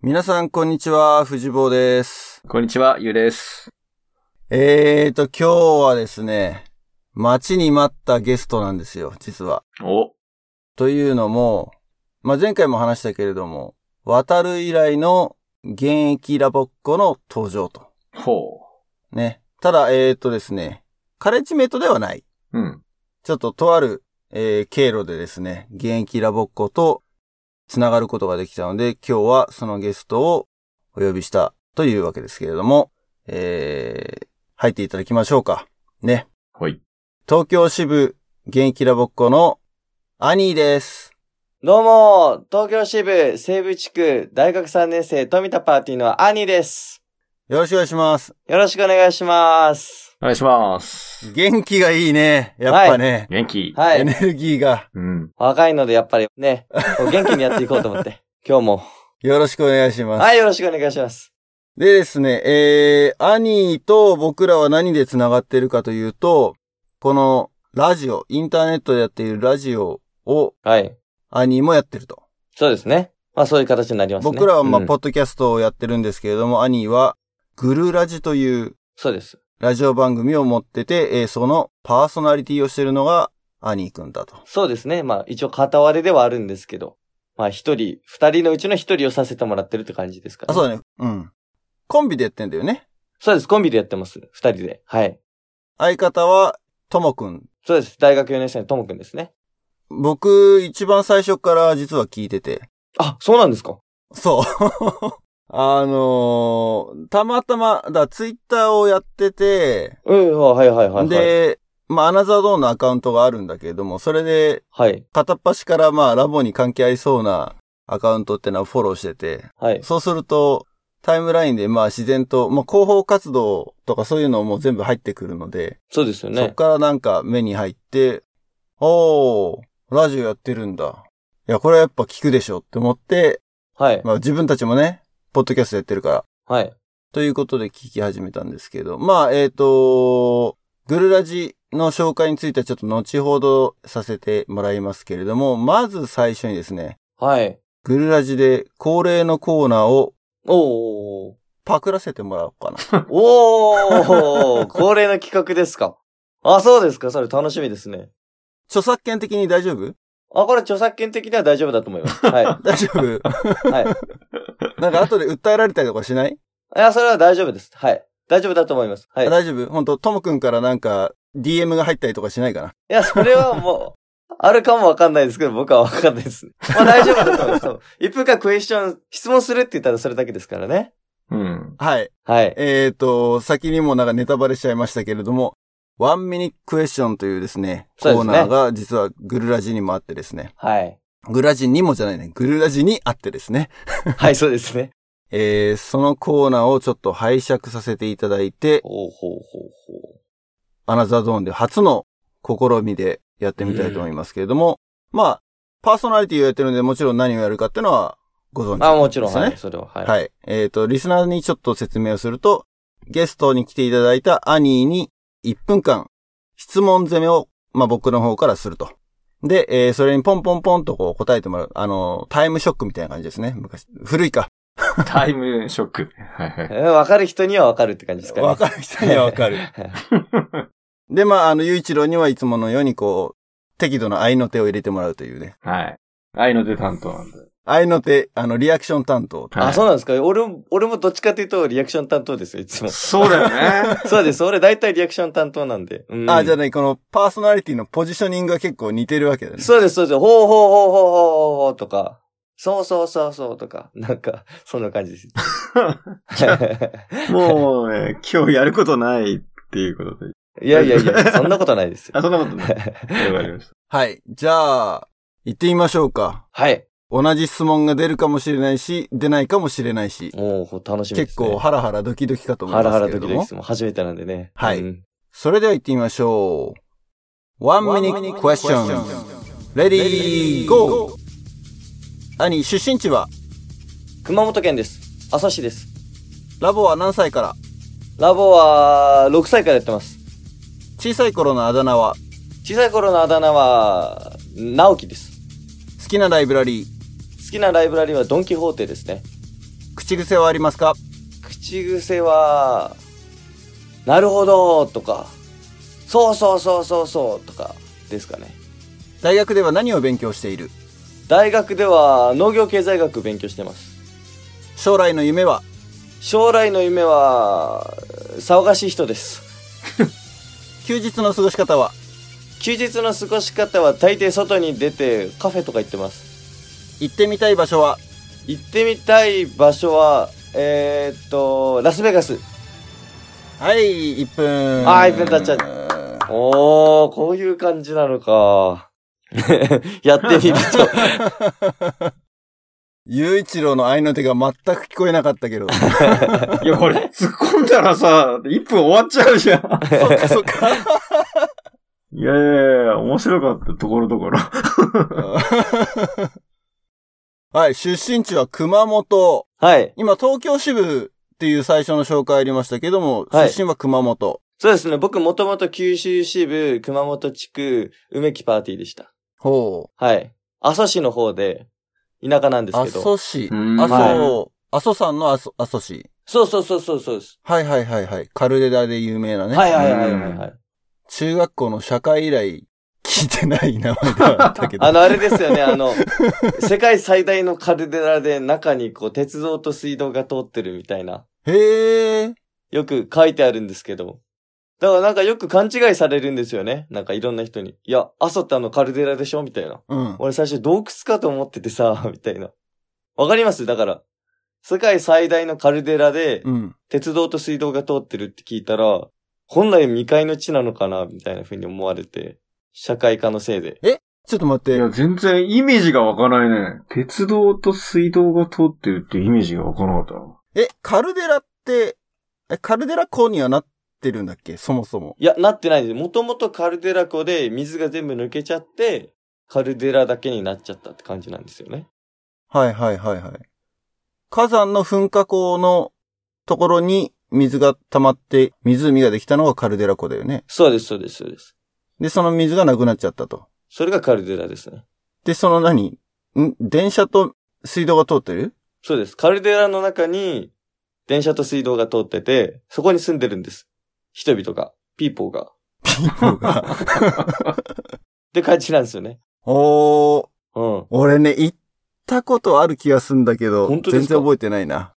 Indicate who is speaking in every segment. Speaker 1: 皆さん、こんにちは。藤坊です。
Speaker 2: こんにちは、ゆうです。
Speaker 1: えーと、今日はですね、待ちに待ったゲストなんですよ、実は。
Speaker 2: お、
Speaker 1: というのも、まあ、前回も話したけれども、渡る以来の現役ラボっ子の登場と。
Speaker 2: ほ
Speaker 1: ね。ただ、えーとですね、カレッジメイトではない。
Speaker 2: う。うん。
Speaker 1: ちょっととある、えー経路でですね、現役ラボっ子と繋がることができたので、今日はそのゲストをお呼びしたというわけですけれども、えー、入っていただきましょうか。ね。
Speaker 2: ほい。
Speaker 1: 東京支部現役ラボっ子のアニーです。
Speaker 3: どうも、東京支部西部地区大学3年生富田パーティーの兄です。
Speaker 1: よろしくお願いします。
Speaker 3: よろしくお願いします。
Speaker 2: お願いします。
Speaker 1: 元気がいいね。やっぱね。
Speaker 2: 元気
Speaker 3: は
Speaker 1: エ
Speaker 3: い。
Speaker 1: ネルギーが。
Speaker 2: うん。
Speaker 3: 若いのでやっぱりね、こう元気にやっていこうと 思って。今日も。
Speaker 1: よろしくお願いします。
Speaker 3: はい、よろしくお願いします。
Speaker 1: でですね、えー、兄と僕らは何で繋がってるかというと、このラジオ、インターネットでやっているラジオを
Speaker 3: はい。
Speaker 1: 兄もやってると。
Speaker 3: そうですね。まあそういう形になりますね。
Speaker 1: 僕らはまあ、
Speaker 3: うん
Speaker 1: ポッドキャストをやってるんですけれども、兄はグルラジという
Speaker 3: そうです。
Speaker 1: ラジオ番組を持ってて、えーそのパーソナリティをしてるのが兄くんだと。
Speaker 3: そうですね。まあ一応片割れではあるんですけど。まあ一人、二人のうちの一人をさせてもらってるって感じですか
Speaker 1: あ、
Speaker 3: ら、
Speaker 1: そうだね。うん。コンビでやってんだよね。
Speaker 3: そうです。コンビでやってます。二人で。はい。
Speaker 1: 相方はともくん。
Speaker 3: そうです。大学4年生のともくんですね。
Speaker 1: 僕、一番最初から実は聞いてて。
Speaker 3: あ、そうなんですか
Speaker 1: そう。 あのーたまたま、だ、ツイッターをやってて、
Speaker 3: うん、はいはいはい、はい。
Speaker 1: で、まあ、アナザードーンのアカウントがあるんだけれども、それで、
Speaker 3: はい。
Speaker 1: 片っ端から、まあ、ラボに関係ありそうなアカウントってのはフォローしてて、
Speaker 3: はい。
Speaker 1: そうすると、タイムラインで、まあ、自然と、まあ、広報活動とかそういうのも全部入ってくるので、
Speaker 3: そうですよ
Speaker 1: そっ
Speaker 3: ね。
Speaker 1: からなんか目に入って、おー、ラジオやってるんだ。いや、これはやっぱ聞くでしょって思って、
Speaker 3: はい。
Speaker 1: まあ、自分たちもね、ポッドキャストやってるから、
Speaker 3: はい。
Speaker 1: ということで聞き始めたんですけど、まあ、えっ、と、グルラジの紹介についてはちょっと後ほどさせてもらいますけれども、まず最初にですね、
Speaker 3: はい。
Speaker 1: グルラジで恒例のコーナーを
Speaker 3: おー。
Speaker 1: パクらせてもらおうかな。
Speaker 3: おー恒例の企画ですか。あ、そうですか。それ楽しみですね。
Speaker 1: 著作権的に大丈夫
Speaker 3: あ、これ著作権的には大丈夫だと思います。はい。は
Speaker 1: 大丈夫
Speaker 3: い。
Speaker 1: なんか後で訴えられたりとかしない、
Speaker 3: いや、それは大丈夫です。はい。大丈夫だと思います。はい。い
Speaker 1: 大丈夫本当ともくんからなんか DM が入ったりとかしないかな
Speaker 3: や、それはも う、あるかもわかんないですけど、僕はわかんないですね。まあ大丈夫だと思います多分。一分間クエスチョン、質問するって言ったらそれだけですからね。
Speaker 2: うん。
Speaker 1: はい。
Speaker 3: はい。
Speaker 1: えっ、と、先にもなんかネタバレしちゃいましたけれども、ワンミニクエスチョンというですね、コ
Speaker 3: そうで
Speaker 1: ー
Speaker 3: すね
Speaker 1: ナーが実はグルラジにもあってですね、
Speaker 3: はい。
Speaker 1: グルラジにもじゃないね、グルラジにあってですね、
Speaker 3: はい、そうですね。
Speaker 1: えー、そのコーナーをちょっと拝借させていただいて、
Speaker 3: ほうほうほうほう。
Speaker 1: アナザードーンで初の試みでやってみたいと思いますけれども、まあ、パーソナリティをやってるのでもちろん何をやるかっていうのはご存知ですね。
Speaker 3: あ、もちろん、はい。それは、はい。
Speaker 1: はい。えっ、と、リスナーにちょっと説明をすると、ゲストに来ていただいたアニーに1分間質問攻めを、まあ、僕の方からすると。で、えーそれにポンポンポンとこう答えてもらう。あの、タイムショックみたいな感じですね。昔。古いか。
Speaker 2: タイムショック。はいはい。
Speaker 3: えーわかる人にはわかるって感じですかね。
Speaker 1: わかる人にはわか る。で、まあ、あの、ゆういちろうにはいつものようにこう、適度な愛の手を入れてもらうというね。
Speaker 2: はい。愛の手担当なんで。
Speaker 1: 愛の手、あの、リアクション担当。
Speaker 2: は
Speaker 3: あ、
Speaker 2: い
Speaker 3: そうなんですか俺も、俺もどっちかというとリアクション担当ですよ、いつも。
Speaker 2: そうだよね。
Speaker 3: そうです。俺大体リアクション担当なんで。うん
Speaker 1: あ、じゃない、このパーソナリティのポジショニングが結構似てるわけだね。
Speaker 3: そうです、そうです。ほうほうほうほうほうほうとか。そうそうそうそうとか。なんか、そんな感 じです。
Speaker 2: もうね、今日やることないっていうことで。
Speaker 3: いやいやいや、そんなことないですよ。
Speaker 2: あ、そんなことない。わかりまし
Speaker 1: はい。じゃあ、行ってみましょうか。
Speaker 3: はい。
Speaker 1: 同じ質問が出るかもしれないし、出ないかもしれないし、
Speaker 3: もう、楽しみで
Speaker 1: 結
Speaker 3: す、ね。
Speaker 1: 構ハラハラドキドキかと思
Speaker 3: ハ
Speaker 1: い
Speaker 3: ラ
Speaker 1: ます
Speaker 3: ハラ
Speaker 1: けれ
Speaker 3: ド
Speaker 1: ど
Speaker 3: キド
Speaker 1: も。
Speaker 3: キですもん初めてなんでね。
Speaker 1: はい
Speaker 3: うん
Speaker 1: それでは行ってみましょう。ワンミニクエスチョン。レディーゴー兄、出身地は
Speaker 3: 熊本県です。阿蘇市です。
Speaker 1: ラボは何歳から
Speaker 3: ラボは、6歳からやってます。
Speaker 1: 小さい頃のあだ名は
Speaker 3: 小さい頃のあだ名は、直樹です。
Speaker 1: 好きなライブラリー、
Speaker 3: 好きなライブラリはドン・キホーテですね。
Speaker 1: 口癖はありますか
Speaker 3: 口癖は、なるほどとか、そうそうそうそうそうとかですかね。
Speaker 1: 大学では何を勉強している
Speaker 3: 大学では農業経済学勉強してます。
Speaker 1: 将来の夢は
Speaker 3: 将来の夢は、騒がしい人です。
Speaker 1: 休日の過ごし方は
Speaker 3: 休日の過ごし方は大抵外に出てカフェとか行ってます。
Speaker 1: 行ってみたい場所は
Speaker 3: 行ってみたい場所は、えー、っと、ラスベガス。
Speaker 1: はい、1分。
Speaker 3: あー1分経っちゃ
Speaker 1: う。
Speaker 3: おー、こういう感じなのか。 やってみると。
Speaker 1: ゆういちろうの愛の手が全く聞こえなかったけ ど。
Speaker 2: いや、これ突っ込んだらさ、1分終わっちゃうじゃん。
Speaker 1: そっかそっか。
Speaker 2: いやいやいや、面白かった、ところどころ。
Speaker 1: はい、出身地は熊本。
Speaker 3: はい。
Speaker 1: 今、東京支部っていう最初の紹介ありましたけども、
Speaker 3: はい
Speaker 1: 出身は熊本。
Speaker 3: そうですね。僕もともと九州支部、熊本地区、梅木パーティーでした。
Speaker 1: ほ
Speaker 3: はい。阿蘇市の方で、田舎なんで
Speaker 1: う。
Speaker 3: す
Speaker 1: 阿
Speaker 3: けど。
Speaker 1: 蘇市。
Speaker 2: うん
Speaker 1: 阿
Speaker 2: は
Speaker 1: 蘇、阿蘇山の阿蘇阿蘇市。
Speaker 3: そうそうそうそうそうです、
Speaker 1: はいはいはいはい。カルデラで有名なね。
Speaker 3: はいはいはいはい、はい。
Speaker 1: 中学校の社会以来、聞いてない名前だったけど。
Speaker 3: あの、あれですよね。あの、 世界最大のカルデラで中にこう、鉄道と水道が通ってるみたいな。
Speaker 1: へえ。
Speaker 3: よく書いてあるんですけど。だからなんかよく勘違いされるんですよね。なんかいろんな人に。いや、阿蘇ってあのカルデラでしょみたいな。
Speaker 1: うん。
Speaker 3: 俺最初洞窟かと思っててさ、 みたいな。わかりますだから、世界最大のカルデラで
Speaker 1: う、ん。
Speaker 3: 鉄道と水道が通ってるって聞いたら、本来未開の地なのかなみたいな風に思われて、社会化のせいで。
Speaker 1: ちょっと待っ
Speaker 2: い
Speaker 1: て。
Speaker 2: や、全然イメージがわかないね。鉄道と水道が通ってるっていうイメージがわからなかっ
Speaker 1: え、カルデラって、え、カルデラ湖にはなってるんだっけそもそも。
Speaker 3: いや、なってないんです。もともとカルデラ湖で水が全部抜けちゃって、カルデラだけになっちゃったって感じなんですよね。
Speaker 1: はいはいはいはい。火山の噴火口のところに水が溜まって湖ができたのがカルデラ湖だよね。
Speaker 3: そうです、そうです、そうです。
Speaker 1: で、その水がなくなっちゃったと。
Speaker 3: それがカルデラですね。
Speaker 1: で、その何ん電車と水道が通ってる
Speaker 3: そうです。カルデラの中に電車と水道が通ってて、そこに住んでるんです。人々が、ピーポーが。
Speaker 1: ピーポーが。
Speaker 3: って感じなんですよね。
Speaker 1: おー、
Speaker 3: うん。
Speaker 1: 俺ね、行ったことある気がすんだけど、
Speaker 3: 本当です
Speaker 1: 全
Speaker 3: か
Speaker 1: 然覚えてないな。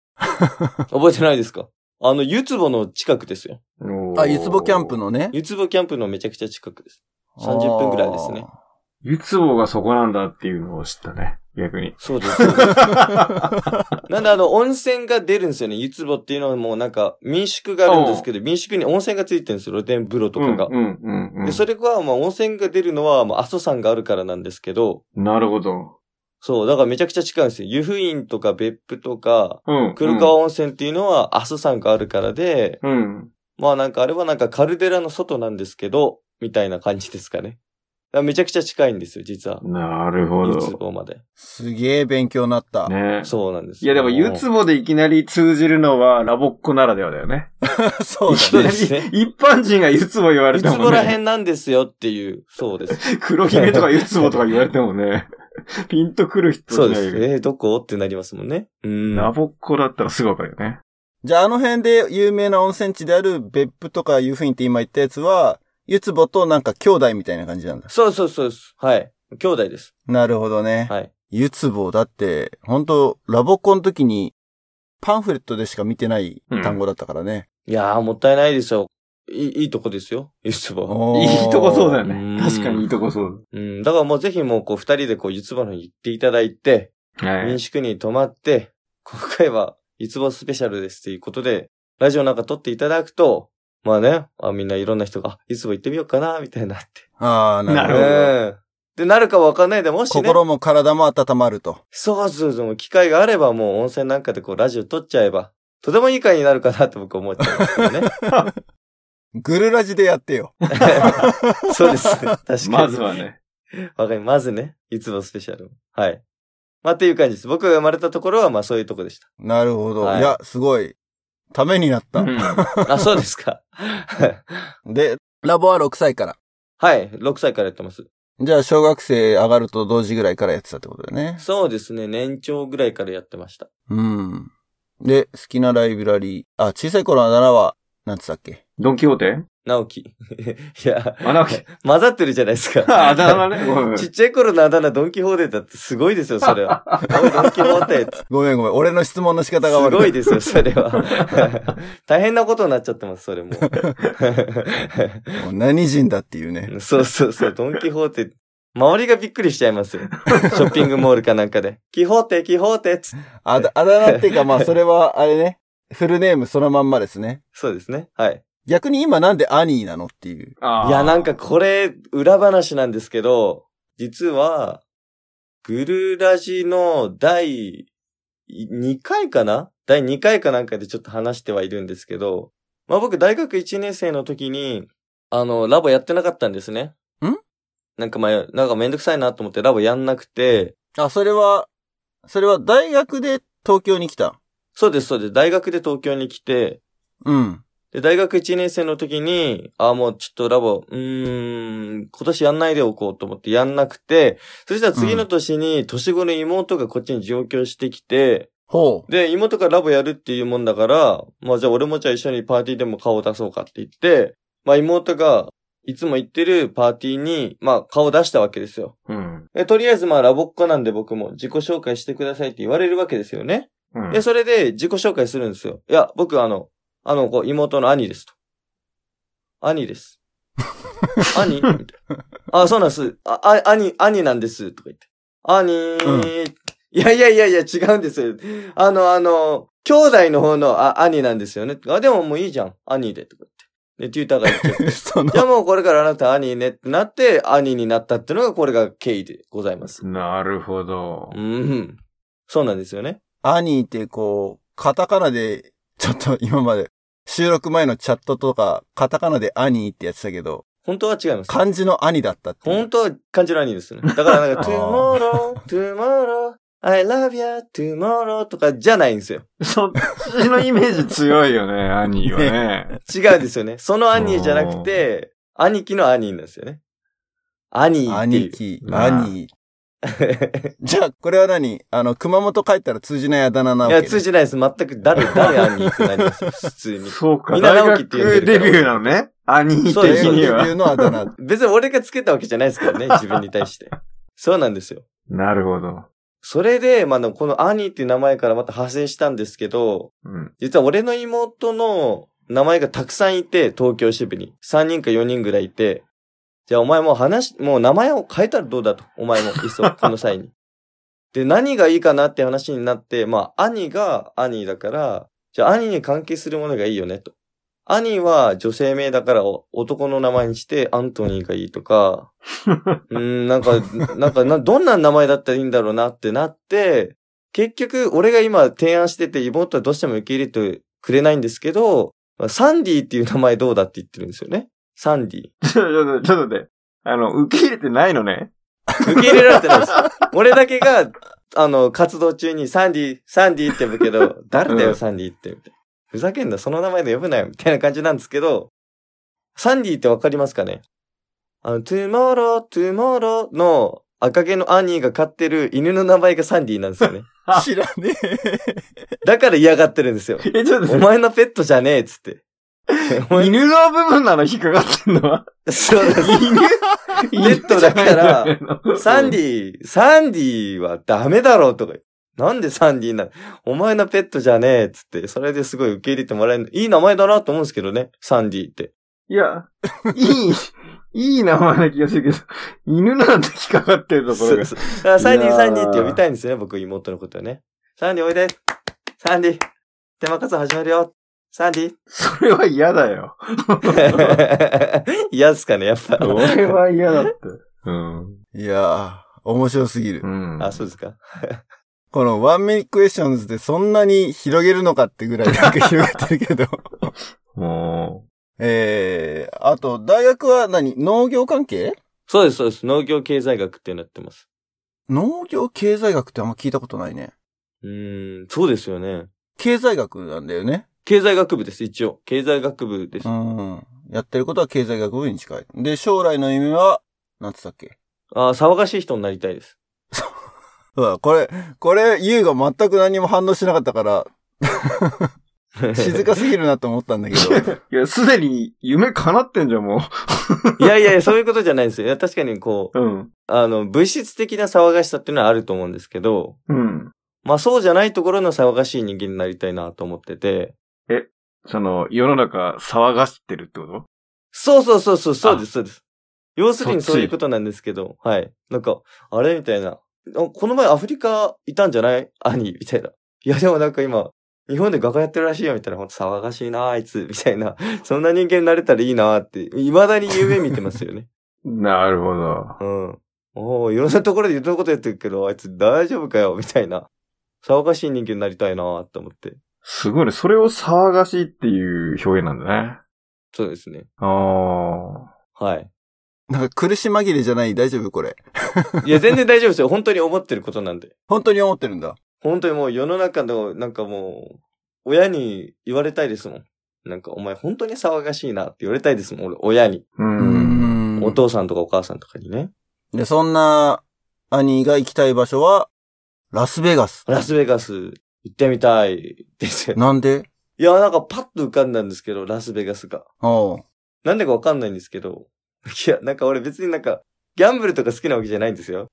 Speaker 3: 覚えてないですかあの、ゆつぼの近くですよ。
Speaker 2: たな。
Speaker 1: あ、ゆつぼキャンプ。のね。
Speaker 3: ゆつぼキャンプのめちゃくちゃ近くです。30分ぐらいです
Speaker 1: あ
Speaker 3: ね
Speaker 1: ー。
Speaker 2: ゆつぼがそこなんだっていうのを知ったね。逆に。
Speaker 3: そうです。 なんであの、温泉が出るんですよね。ゆつぼっていうのはもうなんか、民宿があるんですけど、民宿に温泉がついてるんですよ。露天風呂とかが。
Speaker 2: うん、うん、うん。
Speaker 3: で、それは、まあ、温泉が出るのは、まあ、阿蘇山があるからなんですけど、
Speaker 2: なるほど。
Speaker 3: そう、だからめちゃくちゃ近いんですよ。湯布院とか別府とか、
Speaker 2: うん。
Speaker 3: 黒川温泉っていうのは阿蘇山があるからで、
Speaker 2: うん。
Speaker 3: まあなんかあれはなんかカルデラの外なんですけど、みたいな感じですかね。だからめちゃくちゃ近いんですよ、実は
Speaker 2: う。ん。なるほ
Speaker 3: 湯
Speaker 2: ど。
Speaker 3: 壺まで。
Speaker 1: すげえ勉強になった。
Speaker 2: ね
Speaker 3: そうなんです
Speaker 2: いや、でも、ゆつぼでいきなり通じるのは、ラボっ子ならではだよね。
Speaker 1: そう
Speaker 2: い
Speaker 1: だ
Speaker 2: き
Speaker 1: ね。
Speaker 2: なり
Speaker 3: そうですね、
Speaker 2: 一般人がゆつぼ言われ
Speaker 3: 湯
Speaker 2: ても
Speaker 3: 壺ら
Speaker 2: ね、
Speaker 3: 辺なんですよっていう、そう です。
Speaker 2: 黒姫とかゆつぼとか言われてもね、 ピンとくる人
Speaker 3: そう
Speaker 2: い
Speaker 3: で
Speaker 2: ない
Speaker 3: す。えー、どこってなりますもんね。うん。
Speaker 2: ラ
Speaker 3: は
Speaker 2: ボっ子だったらすぐわかるよね。
Speaker 1: じゃあ、あの辺で有名な温泉地である別府とかいうふうにって今言ったやつは、ゆつぼとなんか兄弟みたいな感じなんだ。
Speaker 3: そうそうそうです。はい。兄弟です。
Speaker 1: なるほどね。
Speaker 3: はい。
Speaker 1: ゆつぼだって、本当ラボコンの時にパンフレットでしか見てない単語だったからね。
Speaker 3: いやー、もったいないですよ。いい、いいとこですよ。湯壺は。
Speaker 1: おー
Speaker 2: いいとこそうだよ
Speaker 3: うん
Speaker 2: ね。確かにいいとこそう
Speaker 3: うん、だからもうぜひもうこう二人でこう、ゆつばの方に行っていただいて、
Speaker 2: だ。はい
Speaker 3: 民。宿に泊まって、今回は、ゆつぼスペシャルですっていうことで、ラジオなんか撮っていただくと、まあね、あみんないろんな人が、あゆつぼ行ってみようかな、みたいになって。
Speaker 1: ああ、なる
Speaker 2: なる
Speaker 1: ほ
Speaker 2: ほ
Speaker 1: ど
Speaker 2: ど。
Speaker 3: うん。で、なるかわかんないで、もしね、
Speaker 1: 心も体も温まると。
Speaker 3: そうそうそう、機会があればもう温泉なんかでこう、ラジオ撮っちゃえば、とてもいい回になるかなって僕思っちゃいますけどね。
Speaker 1: ぐるラジでやってよ。
Speaker 3: そうですね。確かに。
Speaker 2: まずはね。
Speaker 3: わかります。まずね、いつもスペシャル。はい。まあ、っていう感じです。僕が生まれたところは、まあ、そういうとこでした。
Speaker 1: なるほど。
Speaker 3: はい
Speaker 1: い、や、すごい。ためになった。
Speaker 3: あ、そうですか。
Speaker 1: で、ラボは6歳から。
Speaker 3: はい。6歳からやってます。
Speaker 1: じゃあ、小学生上がると同時ぐらいからやってたってことだよね。
Speaker 3: そうですね。年長ぐらいからやってました。
Speaker 1: うん。で、好きなライブラリー。あ、小さい頃ならは、なんつったっけ
Speaker 2: ドンキホー テ
Speaker 3: 直樹。いや、
Speaker 2: あ、なき。
Speaker 3: 混ざってるじゃないですか。
Speaker 2: あ、あだ名ね。ごめ んごめん
Speaker 3: ちっちゃい頃のあだ名ドンキホーテだってすごいですよ、それは。おいドンキホーテって。
Speaker 1: ごめんごめん。俺の質問の仕方が
Speaker 3: す
Speaker 1: 悪い。
Speaker 3: ごいですよ、それは。 大変なことになっちゃってます、それも。
Speaker 1: も う何人だっていうね。
Speaker 3: そうそうそう、ドンキホーテ。周りがびっくりしちゃいますよ。ショッピングモールかなんかで。キホーテ、キホーテっつ
Speaker 1: あ だ、あだ名っていうか、まあ、それは、あれね。フルネームそのまんまですね。
Speaker 3: そうですね。はい。
Speaker 1: 逆に今なんでアニーなのっていう。
Speaker 2: あー
Speaker 3: いや、なんかこれ、裏話なんですけど、実は、グルラジの第2回かな第2回かなんかでちょっと話してはいるんですけど、まあ僕大学1年生の時に、あの、ラボやってなかったんですね。
Speaker 1: ん
Speaker 3: なんかまあ、なんかめんどくさいなと思ってラボやんなくて、
Speaker 1: あ、それは、それは大学で東京に来た。
Speaker 3: そうです、そうです。大学で東京に来て、
Speaker 1: うん。
Speaker 3: で、大学1年生の時に、ああ、もうちょっとラボ、うーん、今年やんないでおこうと思ってやんなくて、そしたら次の年に、年後の妹がこっちに上京してきて、
Speaker 1: ほ
Speaker 3: で、妹がラボやるっていうもんだから、まあじゃあ俺もじゃあ一緒にパーティーでも顔を出そうかって言って、まあ妹がいつも行ってるパーティーに、まあ顔を出したわけですよ。
Speaker 2: うん。
Speaker 3: で、とりあえずまあラボっ子なんで僕も自己紹介してくださいって言われるわけですよね。
Speaker 2: うん
Speaker 3: で、それで自己紹介するんですよ。いや、僕あの、あの、こう、妹の兄ですと。兄です。兄みたいなあ、そうなんです。あ、あ兄、兄なんです。とか言って。兄、
Speaker 1: う
Speaker 3: いやいやいやいや、違うんですよ。あの、あの、兄弟の方の、あ、兄なんですよね。あ、でももういいじゃん。兄で。とか言って。で、テュ ーターが言っちゃって
Speaker 1: う。その
Speaker 3: じ、ゃあもうこれからあなた兄ねってなって、兄になったっていうのが、これが経緯でございます。
Speaker 2: なるほど
Speaker 3: う。ん。そうなんですよね。
Speaker 1: アニーってこう、カタカナで、ちょっと今まで、収録前のチャットとか、カタカナでアニーってやってたけど、
Speaker 3: 本当は違います。
Speaker 1: 漢字の兄だったっていう。
Speaker 3: 本当は感じる兄ですね。 だからなんか、
Speaker 1: あー
Speaker 3: tomorrow, tomorrow, I love ya, tomorrow とかじゃないんですよ。
Speaker 2: そっちのイメージ強いよ ね、兄はね。
Speaker 3: 違うんですよね。その兄じゃなくて、兄貴の兄なんですよね。兄ってい
Speaker 1: 兄
Speaker 3: う。
Speaker 1: 貴、
Speaker 2: うん
Speaker 1: アニー。じゃあ、これは何あの、熊本帰ったら通じないあだ名なわ
Speaker 3: い
Speaker 1: け
Speaker 3: や、通じないです。全く誰、誰兄ってなりますよ。普通に。
Speaker 2: そうか、
Speaker 3: みんな
Speaker 2: 大
Speaker 3: 直樹って呼
Speaker 2: 学
Speaker 3: んでるから
Speaker 2: デビューなのね。兄的
Speaker 3: そうです
Speaker 1: そう
Speaker 2: に
Speaker 1: いう
Speaker 2: は。
Speaker 1: のあだ 名。
Speaker 3: 別に俺がつけたわけじゃないですけどね、自分に対して。そうなんですよ。
Speaker 2: なるほど。
Speaker 3: それで、まあ、でもこの兄っていう名前からまた派生したんですけど、
Speaker 2: うん。
Speaker 3: 実は俺の妹の名前がたくさんいて、東京支部に。3人か4人ぐらいいて、じゃあお前もう話、もう名前を変えたらどうだと。お前も、いっそ、この際に。で、何がいいかなって話になって、まあ、兄が兄だから、じゃあ兄に関係するものがいいよね、と。兄は女性名だからお男の名前にして、アントニーがいいとか、うーん、なんか、なんかな、どんな名前だったらいいんだろうなってなって、結局、俺が今提案してて、妹はどうしても受け入れてくれないんですけど、まあサンディっていう名前どうだって言ってるんですよね。サンディ。
Speaker 2: ちょ、ちょっと、ちょっと待って。あの、受け入れてないのね。
Speaker 3: 受け入れられてないです。俺だけが、あの、活動中にサンディ、サンディって呼ぶけど、誰だ
Speaker 2: う
Speaker 3: よ、
Speaker 2: ん
Speaker 3: サンディって。みたいなふざけんな、その名前で呼ぶなよ、みたいな感じなんですけど、サンディってわかりますかねあの、トゥモロー、トゥモローの赤毛の兄が飼ってる犬の名前がサンディなんですよね。
Speaker 1: 知らねえ。
Speaker 3: だから嫌がってるんですよ。
Speaker 2: え、 ちょっと待
Speaker 3: お
Speaker 2: っ
Speaker 3: 前のペットじゃねえっつって。お
Speaker 2: て。
Speaker 3: 前
Speaker 2: 犬の部分なの引っかかってんのは。
Speaker 3: そうです。
Speaker 2: 犬
Speaker 3: ペットだから
Speaker 2: 犬じゃないの
Speaker 3: サンディ、サンディはダメだろうとか。なんでサンディなのお前のペットじゃねえっつって、それですごい受け入れてもらえる。いい名前だなと思うんですけどね、サンディって。
Speaker 2: いや、いい、いい名前な気がするけど、犬なんて引っかかってるところが。
Speaker 3: そうそうだからサンデ
Speaker 2: い
Speaker 3: ィ、
Speaker 2: やー
Speaker 3: サンディって呼びたいんですね、僕妹のことはね。サンディおいで。サンディ、手間活動始めるよ。サンディ。
Speaker 2: それは嫌だよ。
Speaker 3: 嫌っすかね、やっぱ。
Speaker 2: 俺は嫌だって。うん。
Speaker 1: いやー、面白すぎる
Speaker 2: う。ん。
Speaker 3: あ、そうですか。
Speaker 1: このワンミニクエスチョンズでそんなに広げるのかってぐらいなんか広がってるけど。
Speaker 2: も
Speaker 1: えー、あと、大学は何農業関係
Speaker 3: そうです、そうです。農業経済学ってなってます。
Speaker 1: 農業経済学ってあんま聞いたことないね。
Speaker 3: うーん、そうですよね。
Speaker 1: 経済学なんだよね。
Speaker 3: 経済学部です、一応。経済学部です
Speaker 1: う。ん。やってることは経済学部に近い。で、将来の夢は、なんつったっけ
Speaker 3: ああ、騒がしい人になりたいです。
Speaker 1: そうだ、これ、これ、ゆうが全く何も反応しなかったから、静かすぎるなと思ったんだ けど。
Speaker 2: いや、すでに夢叶ってんじゃん、も
Speaker 3: いやいや、そういうことじゃないですよ。いや確かにこう、
Speaker 2: う。うん。
Speaker 3: あの、物質的な騒がしさっていうのはあると思うんですけど、
Speaker 2: うん。
Speaker 3: まあそうじゃないところの騒がしい人間になりたいなと思ってて、
Speaker 2: その、世の中騒がしてるってこと
Speaker 3: そうそうそうそう、そう
Speaker 2: あ
Speaker 3: です、そうです。要するに
Speaker 2: そっち
Speaker 3: そういうことなんですけど、はい。なんか、あれみたいな。あこの前アフリカいたんじゃない 兄みたいな。いやでもなんか今、日本で画家やってるらしいよみたいな、ほんと騒がしいなあいつ、みたいな。そんな人間になれたらいいなあって、未だに夢見てますよね。
Speaker 2: なるほど。
Speaker 3: うん。おーいろんなところで言ったことやってるけど、あいつ大丈夫かよみたいな。騒がしい人間になりたいなあと思って。
Speaker 2: すごいね。それを騒がしいっていう表現なんだね。
Speaker 3: そうですね。
Speaker 2: あ
Speaker 3: はい。
Speaker 1: なんか苦し紛れじゃない大丈夫これ。
Speaker 3: いや、全然大丈夫ですよ。本当に思ってることなんで。
Speaker 1: 本当に思ってるんだ。
Speaker 3: 本当にもう世の中の、なんかもう、親に言われたいですもん。なんか、お前本当に騒がしいなって言われたいですもん、俺、親に。
Speaker 2: あ。う。
Speaker 1: うんん
Speaker 3: お父さんとかお母さんとかにね。
Speaker 1: で、そんな兄が行きたい場所は、ラスベガス。
Speaker 3: ラスベガス行ってみたいですよ。
Speaker 1: なんで
Speaker 3: いや、なんかパッと浮かんだんですけど、ラスベガスが。
Speaker 1: おう
Speaker 3: なんでかわかんないんですけど。いや、なんか俺別になんか、ギャンブルとか好きなわけじゃないんですよ。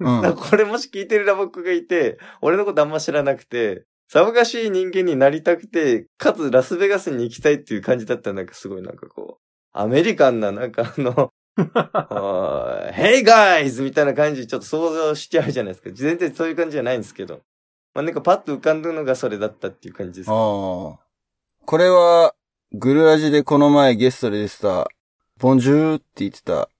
Speaker 1: うん。
Speaker 3: なん かこれもし聞いてるラボックがいて、俺のことあんま知らなくて、騒がしい人間になりたくて、かつラスベガスに行きたいっていう感じだったらなんかすごいなんかこう、アメリカンな、なんか あの、あー Hey guys! みたいな感じちょっと想像しちゃうじゃないですか。全然そういう感じじゃないんですけど。まあなんかパッと浮かんだのがそれだったっていう感じです。
Speaker 1: ああ。これは、グルラジでこの前ゲストで出てた、ボンジューって言ってた、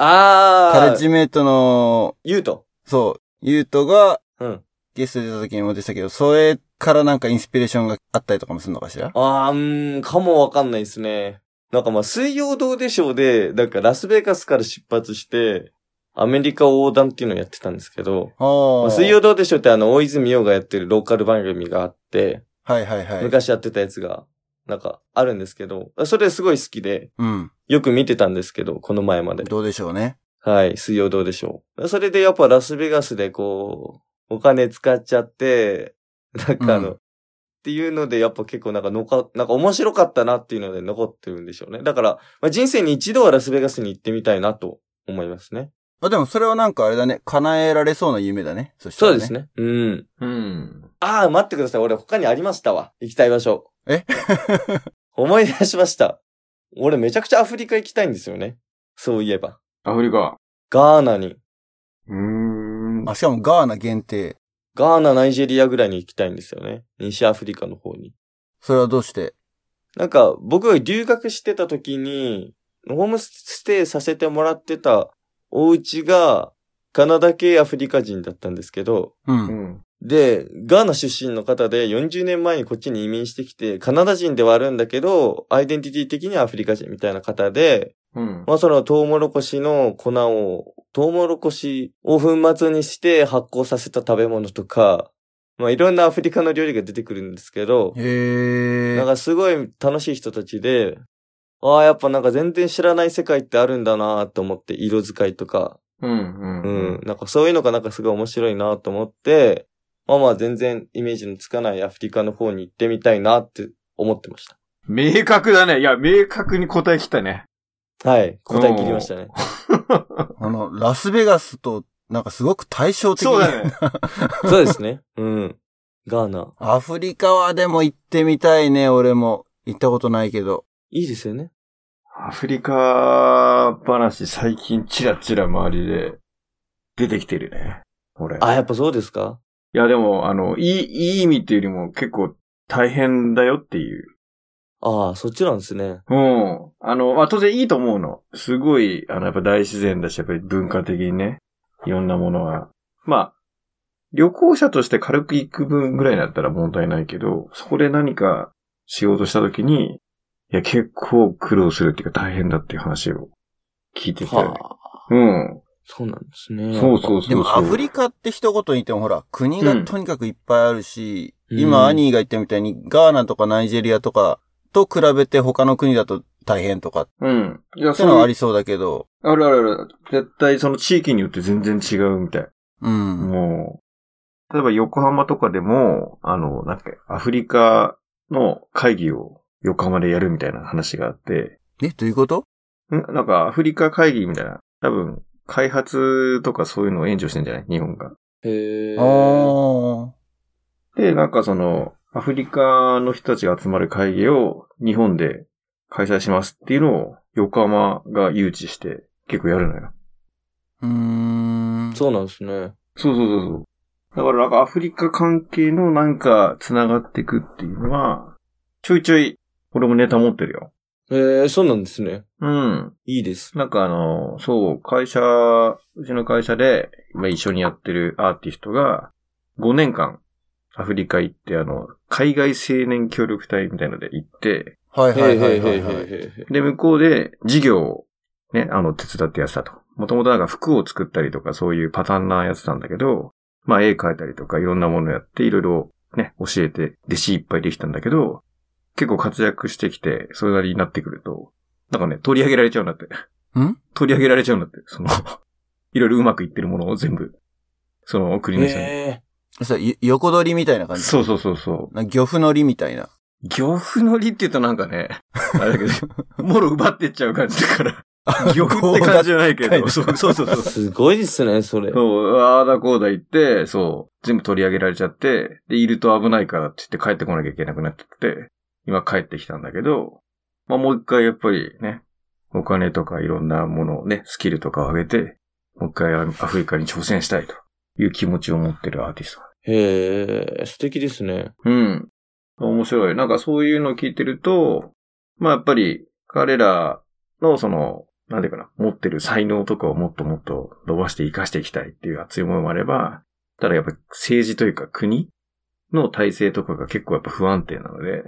Speaker 1: カレ
Speaker 3: あ
Speaker 1: ッ
Speaker 3: ー、
Speaker 1: ジメイトの、
Speaker 3: 言うと。
Speaker 1: そう、ユートが
Speaker 3: うん。
Speaker 1: ゲストで出た時にも出てたけど、それからなんかインスピレーションがあったりとかもするのかしら
Speaker 3: あー、うーん、かもわかんないですね。なんかまあ、水曜どうでしょうで、なんかラスベガスから出発して、アメリカ横断っていうのをやってたんですけど、
Speaker 1: あ
Speaker 3: まあ
Speaker 1: あ。
Speaker 3: 水曜どうでしょうってあの、大泉洋がやってるローカル番組があって、
Speaker 1: はいはいはい。
Speaker 3: 昔やってたやつが、なんかあるんですけど、それすごい好きで、
Speaker 1: うん。
Speaker 3: よく見てたんですけど、この前まで。
Speaker 1: どうでしょうね。
Speaker 3: はい、水曜どうでしょう。それでやっぱラスベガスでこう、お金使っちゃって、なんかあの、
Speaker 1: うん
Speaker 3: っていうのでやっぱ結構なんかのか、なんか面白かったなっていうので残ってるんでしょうね。だから、まあ、人生に一度はラスベガスに行ってみたいなと思いますね。
Speaker 1: あ、でもそれはなんかあれだね、叶えられそうな夢だね。そした
Speaker 3: そ
Speaker 1: ら
Speaker 3: う
Speaker 1: ね。
Speaker 3: です。ね。うん。
Speaker 2: うん。
Speaker 3: ああ、待ってください。俺他にありましたわ。行きたい場所。
Speaker 1: え
Speaker 3: 思い出しました。俺めちゃくちゃアフリカ行きたいんですよね。そういえば。
Speaker 2: アフリカ。
Speaker 3: ガーナに。
Speaker 2: うーん。
Speaker 1: あ、しかもガーナ限定。
Speaker 3: ガーナ、ナイジェリアぐらいに行きたいんですよね。西アフリカの方に。
Speaker 1: それはどうして
Speaker 3: なんか、僕が留学してた時に、ホームステイさせてもらってたお家が、カナダ系アフリカ人だったんですけど、
Speaker 1: う。
Speaker 2: うんん。
Speaker 3: で、ガーナ出身の方で40年前にこっちに移民してきて、カナダ人ではあるんだけど、アイデンティティ的にはアフリカ人みたいな方で、
Speaker 2: うん。
Speaker 3: まあそのトウモロコシの粉を、トウモロコシを粉末にして発酵させた食べ物とか、まあいろんなアフリカの料理が出てくるんですけど、
Speaker 1: へ
Speaker 3: な
Speaker 1: え。
Speaker 3: んかすごい楽しい人たちで、ああ、やっぱなんか全然知らない世界ってあるんだなと思って、色使いとか、
Speaker 2: うん。
Speaker 3: う
Speaker 2: うんん。、
Speaker 3: なんかそういうのがなんかすごい面白いなと思って、まあまあ全然イメージのつかないアフリカの方に行ってみたいなって思ってまし
Speaker 2: 明確だね。いや、明確に答えきたね。
Speaker 3: た。はい、答え切りましたね。
Speaker 1: あの、ラスベガスと、なんかすごく対照的
Speaker 2: そうだね。
Speaker 3: そうですね。うん。ガーナ。
Speaker 1: アフリカはでも行ってみたいね、俺も。行ったことないけど。
Speaker 3: いいですよね。
Speaker 2: アフリカ話最近チラチラ周りで出てきてるね。俺。
Speaker 3: あ、やっぱそうですか
Speaker 2: いや、でも、あの、いい、いい意味っていうよりも結構大変だよっていう。
Speaker 3: ああ、そっちなんですね。
Speaker 2: うん。あの、まあ、当然いいと思うの。すごい、あの、やっぱ大自然だし、やっぱり文化的にね、いろんなものが。まあ、旅行者として軽く行く分ぐらいだったら問題ないけど、そこで何かしようとした時に、いや、結構苦労するっていうか大変だっていう話を聞いてきたよね。
Speaker 3: はあ、
Speaker 2: うん。
Speaker 3: そうなんですね。
Speaker 2: そうそうそうそう。
Speaker 1: でもアフリカって一言に言ってもほら、国
Speaker 2: う
Speaker 1: が
Speaker 2: ん
Speaker 1: とにかくいっぱいあるし、
Speaker 3: うん
Speaker 1: 今兄が言ったみたいにガーナとかナイジェリアとかと比べて他の国だと大変とかっ
Speaker 2: うん。いや、
Speaker 1: て
Speaker 2: そ
Speaker 1: のは
Speaker 2: の
Speaker 1: あ
Speaker 2: ある
Speaker 1: りそうだけど、
Speaker 2: あるある。絶対その地域によって全然違うみたい。
Speaker 1: うん。
Speaker 2: も例えば横浜とかでも、あの、なんかアフリカの会議を横浜でやるみたいな話があって、
Speaker 1: え、どういうこと
Speaker 2: んなんかアフリカ会議みたいな、多分開発とかそういうのを援助してんじゃない日本が。
Speaker 3: へえ。
Speaker 1: あー。
Speaker 2: で、なんかその、アフリカの人たちが集まる会議を日本で開催しますっていうのを横浜が誘致して結構やるのよ。
Speaker 1: うーん。
Speaker 3: そうなんですね。
Speaker 2: そうそうそうそう。だからなんかアフリカ関係のなんか繋がっていくっていうのは、ちょいちょい、俺もネタ持ってるよ。
Speaker 3: へえ、そうなんですね。
Speaker 2: うん。
Speaker 3: いいです。
Speaker 2: なんかあの、そう、会社、うちの会社で、今一緒にやってるアーティストが、5年間、アフリカ行って、あの、海外青年協力隊みたいので行って、
Speaker 1: はい
Speaker 3: へえ
Speaker 1: は
Speaker 3: へ
Speaker 1: い
Speaker 3: え
Speaker 1: はい
Speaker 3: へ
Speaker 1: はい、
Speaker 3: え
Speaker 1: はい。
Speaker 3: へえ。
Speaker 2: で、向こうで事業をね、あの、手伝ってやってたと。もともとなんか服を作ったりとかそういうパターンなやつなんだけど、まあ絵描いたりとかいろんなものやっていろいろね、教えて弟子いっぱいできたんだけど、結構活躍してきて、それなりになってくると、なんかね、取り上げられちゃうんだって。
Speaker 1: ん
Speaker 2: 取り上げられちゃうんだって。その、 いろいろうまくいってるものを全部、その国の人に。
Speaker 3: へ
Speaker 1: そう、よ横取りみたいな感じ。
Speaker 2: そうそうそうそう。
Speaker 1: なんか漁夫のりみたいな。
Speaker 2: 漁夫の利って言うとなんかね、あれだけど、もろ奪ってっちゃう感じだから、漁夫って感じじゃないけ
Speaker 1: 強奪
Speaker 2: ど、そうそうそう
Speaker 3: え。
Speaker 2: そう。
Speaker 3: すごいですね、それ。
Speaker 2: そう、ああだこうだ言って、そう、全部取り上げられちゃって、で、いると危ないからって言って帰ってこなきゃいけなくなっちゃって、今帰ってきたんだけど、まあもう一回やっぱりね、お金とかいろんなものをね、スキルとかを上げて、もう一回アフリカに挑戦したいという気持ちを持ってるアーティスト。
Speaker 3: へえ、素敵ですね。
Speaker 2: うん。面白い。なんかそういうのを聞いてると、まあやっぱり彼らのその、なんていうかな、持ってる才能とかをもっともっと伸ばして活かしていきたいっていう熱い思いもあれば、ただやっぱ政治というか国の体制とかが結構やっぱ不安定なので、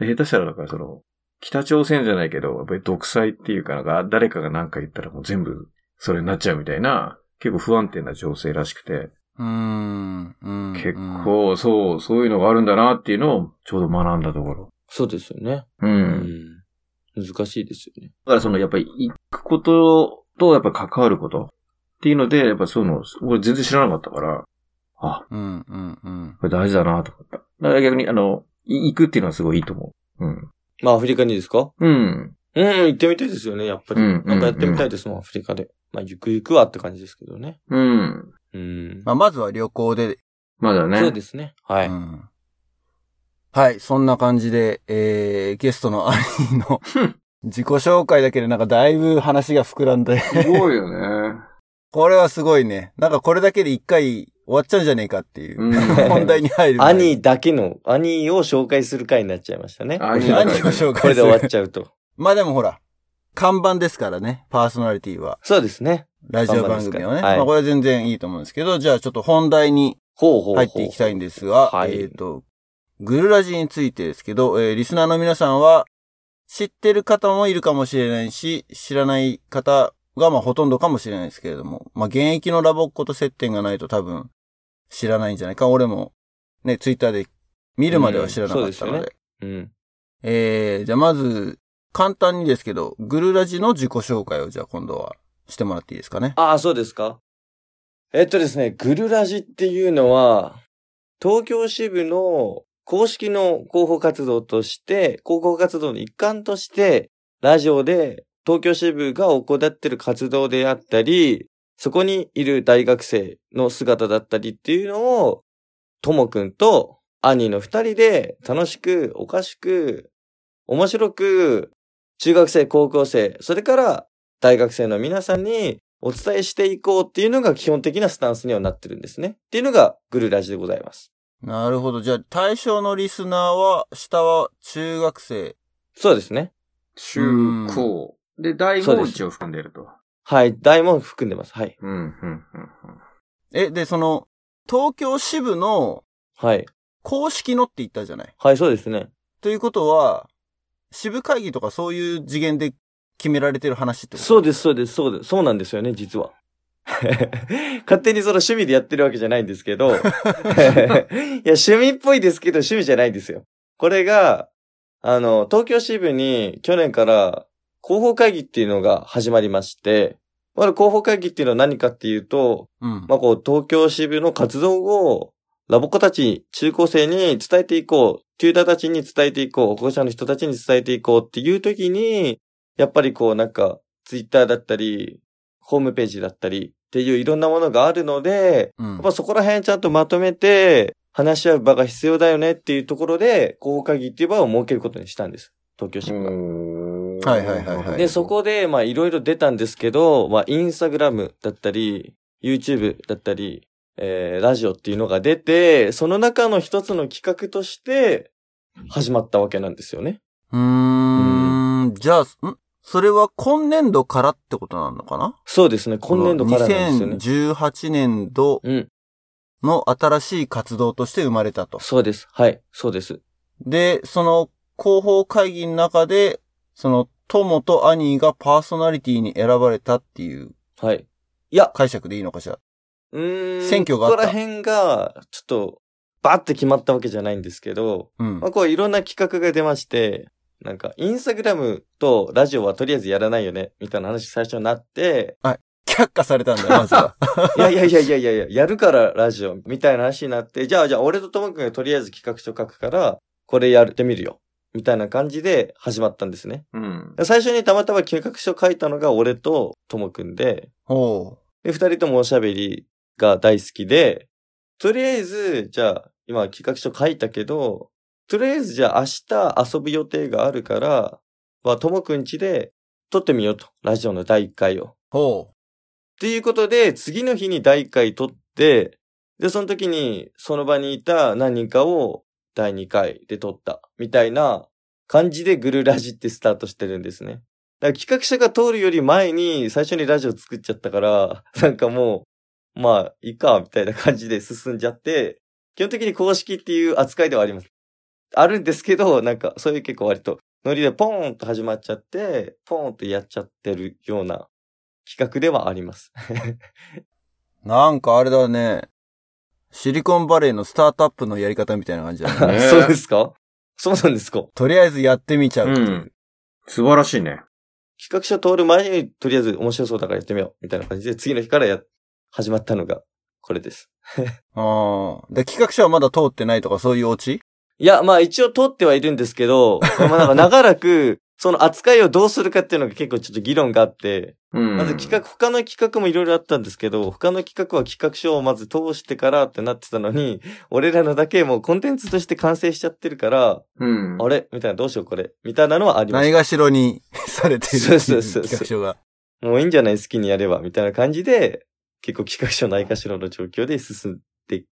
Speaker 2: で下手したらだからその、北朝鮮じゃないけど、やっぱり独裁っていうかなんか誰かが何か言ったらもう全部それになっちゃうみたいな、結構不安定な情勢らしくて、
Speaker 1: うーん。うん
Speaker 2: 結。構、そう、そういうのがあるんだなっていうのをちょうど学んだところ。
Speaker 3: そうですよね。
Speaker 2: う。
Speaker 3: うん
Speaker 2: だ
Speaker 3: ん。難しいですよね。
Speaker 2: からその、やっぱり行くことと、やっぱ関わることっていうので、やっぱそういうの、俺全然知らなかったから、あ、
Speaker 1: うん、うん、うん。
Speaker 2: これ大事だなと思った。だから逆に、あの、い行くっていうのはすごいいいと思う。うん。
Speaker 3: まあ、アフリカにですか
Speaker 2: うん。
Speaker 3: うん、行ってみたいですよね、やっぱり。
Speaker 2: うん
Speaker 3: なんかやってみたいですもん、アフリカで。まあ、ゆくゆくはって感じですけどね。
Speaker 2: うん。
Speaker 3: うん。
Speaker 1: まあ、まずは旅行で、
Speaker 2: まだね。
Speaker 3: そうですね。はい。
Speaker 1: うんはい、そんな感じで、えー、ゲストのアリー の自己紹介だけでなんかだいぶ話が膨らんで、
Speaker 2: すごいよね。
Speaker 1: これはすごいね。なんかこれだけで一回終わっちゃうんじゃねえかっていうう、
Speaker 2: ん。
Speaker 1: 本題に入る前に。
Speaker 3: 兄だけの、兄を紹介する回になっちゃいましたね。
Speaker 2: 兄
Speaker 1: 兄を紹
Speaker 3: こ
Speaker 1: 介
Speaker 3: れ
Speaker 1: す
Speaker 3: で終わっ
Speaker 1: る。
Speaker 3: ちゃうと。
Speaker 1: まあでもほら、看板ですからね、パーソナリティは。
Speaker 3: そうですね。
Speaker 1: ラジオ番組を
Speaker 3: 看
Speaker 1: ね。
Speaker 3: 板ですからはい
Speaker 1: まあこれは全然いいと思うんですけど、じゃあちょっと本題に
Speaker 3: ほうほうほう。
Speaker 1: 入っていきたいんですが、
Speaker 3: はい
Speaker 1: えっ、と、グルラジについてですけど、えーリスナーの皆さんは、知ってる方もいるかもしれないし、知らない方がまあほとんどかもしれないですけれども、まあ現役のラボっ子と接点がないと多分知らないんじゃないか。俺もね、ツイッターで見るまでは知らなかったので。
Speaker 3: うんそうですよねうん。
Speaker 1: えー、じゃあまず、簡単にですけど、グルラジの自己紹介をじゃあ今度はしてもらっていいですかね。
Speaker 3: ああ、そうですか。えっとですね、グルラジっていうのは、東京支部の公式の広報活動として、広報活動の一環として、ラジオで東京支部が行っている活動であったり、そこにいる大学生の姿だったりっていうのを、ともくんと兄の二人で楽しく、おかしく、面白く、中学生、高校生、それから大学生の皆さんにお伝えしていこうっていうのが基本的なスタンスにはなってるんですね。っていうのがグルラジでございます。
Speaker 1: なるほど。じゃあ対象のリスナーは、下は中学生。
Speaker 3: そうですね。
Speaker 2: 中高。で、大
Speaker 3: そう
Speaker 2: も
Speaker 3: です
Speaker 2: 一を含んでいると。
Speaker 3: はい。題も含んでます。はい。
Speaker 2: うん、うん、うんうん。
Speaker 1: え、で、その、東京支部の
Speaker 3: はい。
Speaker 1: 公式のって言ったじゃない。
Speaker 3: はい、そうですね。
Speaker 1: ということは、支部会議とかそういう次元で決められてる話ってこと
Speaker 3: そうです、そうです、そうです。そうなんですよね、実は。 勝手にその趣味でやってるわけじゃないんですけど。いや、 趣味っぽいですけど、趣味じゃないんですよ。これが、あの、東京支部に去年から広報会議っていうのが始まりまして、まだ広報会議っていうのは何かっていうと、
Speaker 1: うん。
Speaker 3: まあ、こう、東京支部の活動をラボ子たち、中高生に伝えていこう、テューターたちに伝えていこう、保護者の人たちに伝えていこうっていう時に、やっぱりこうなんか、ツイッターだったり、ホームページだったりっていういろんなものがあるので、
Speaker 1: うん
Speaker 3: やっ。ぱそこら辺ちゃんとまとめて、話し合う場が必要だよねっていうところで、広報会議っていう場を設けることにしたんです。東京新聞が。
Speaker 1: はいはいはいはい
Speaker 3: で、そこで、まあ、いろいろ出たんですけど、まあ、インスタグラムだったり、YouTube だったり、えー、ラジオっていうのが出て、その中の一つの企画として、始まったわけなんですよね。
Speaker 1: うーん。じゃあ、んそれは今年度からってことなのかな
Speaker 3: そうですね。今年度からなんですよね。
Speaker 1: 2018年度
Speaker 3: うん。
Speaker 1: の新しい活動として生まれたと。
Speaker 3: そうです。はい。そうです。
Speaker 1: で、その広報会議の中で、その友とアニーがパーソナリティに選ばれたっていう
Speaker 3: はい。いや、
Speaker 1: 解釈でいいのかしら。
Speaker 3: うーん。
Speaker 1: 選挙があった
Speaker 3: ここら辺が、ちょっと、バーって決まったわけじゃないんですけど、
Speaker 1: うん
Speaker 3: まあ、。こういろんな企画が出まして、なんか、インスタグラムとラジオはとりあえずやらないよね、みたいな話最初になって、
Speaker 1: 却下されたんだよ、まず は。
Speaker 3: いやいやいやいやいやいや、やるからラジオ、みたいな話になって、じゃあじゃあ俺とともくんがとりあえず企画書書くから、これやってみるよ、みたいな感じで始まったんですね。
Speaker 2: うん。
Speaker 3: 最初にたまたま企画書書いたのが俺とともくんで、
Speaker 1: おう。
Speaker 3: で、二人ともおしゃべりが大好きで、とりあえず、じゃあ、今企画書書いたけど、とりあえずじゃあ明日遊ぶ予定があるから、は、ともくん家で撮ってみようと。ラジオの第1回を。っ
Speaker 1: ほ
Speaker 3: ていうことで、次の日に第1回撮って、で、その時に、その場にいた何人かを第2回で撮った。みたいな感じでグルラジってスタートしてるんですね。だから企画者が通るより前に最初にラジオ作っちゃったから、なんかもう、まあ、いいか、みたいな感じで進んじゃって、基本的に公式っていう扱いではあります。あるんですけど、なんかそういう結構割とノリでポーンと始まっちゃって、ポーンとやっちゃってるような企画ではあります。
Speaker 1: う。なんかあれだね。シリコンバレーのスタートアップのやり方みたいな感じ だね。
Speaker 2: ね
Speaker 3: そうですかそうなんですか
Speaker 1: とりあえずやってみちゃうっていう。
Speaker 2: うん素晴らしいね。
Speaker 3: 企画書通る前に、とりあえず面白そうだからやってみよう。みたいな感じで、次の日からや、始まったのが、これです。
Speaker 1: ああ。で、企画書はまだ通ってないとかそういうオチ
Speaker 3: いや、まあ一応通ってはいるんです けど、まあなんか長らく、その扱いをどうするかっていうのが結構ちょっと議論があって、
Speaker 2: うん。
Speaker 3: まず企画、他の企画もいろいろあったんですけど、他の企画は企画書をまず通してからってなってたのに、俺らのだけもうコンテンツとして完成しちゃってるから、
Speaker 2: うん。
Speaker 3: あれみたいな、どうしようこれみたいなのはありま
Speaker 1: ない
Speaker 3: し
Speaker 1: がしろにされているってい
Speaker 3: そう
Speaker 1: う
Speaker 3: そうそうそう
Speaker 1: 企画書が。
Speaker 3: た。もういいんじゃない好きにやればみたいな感じで、結構企画書ないかしらの状況で進ん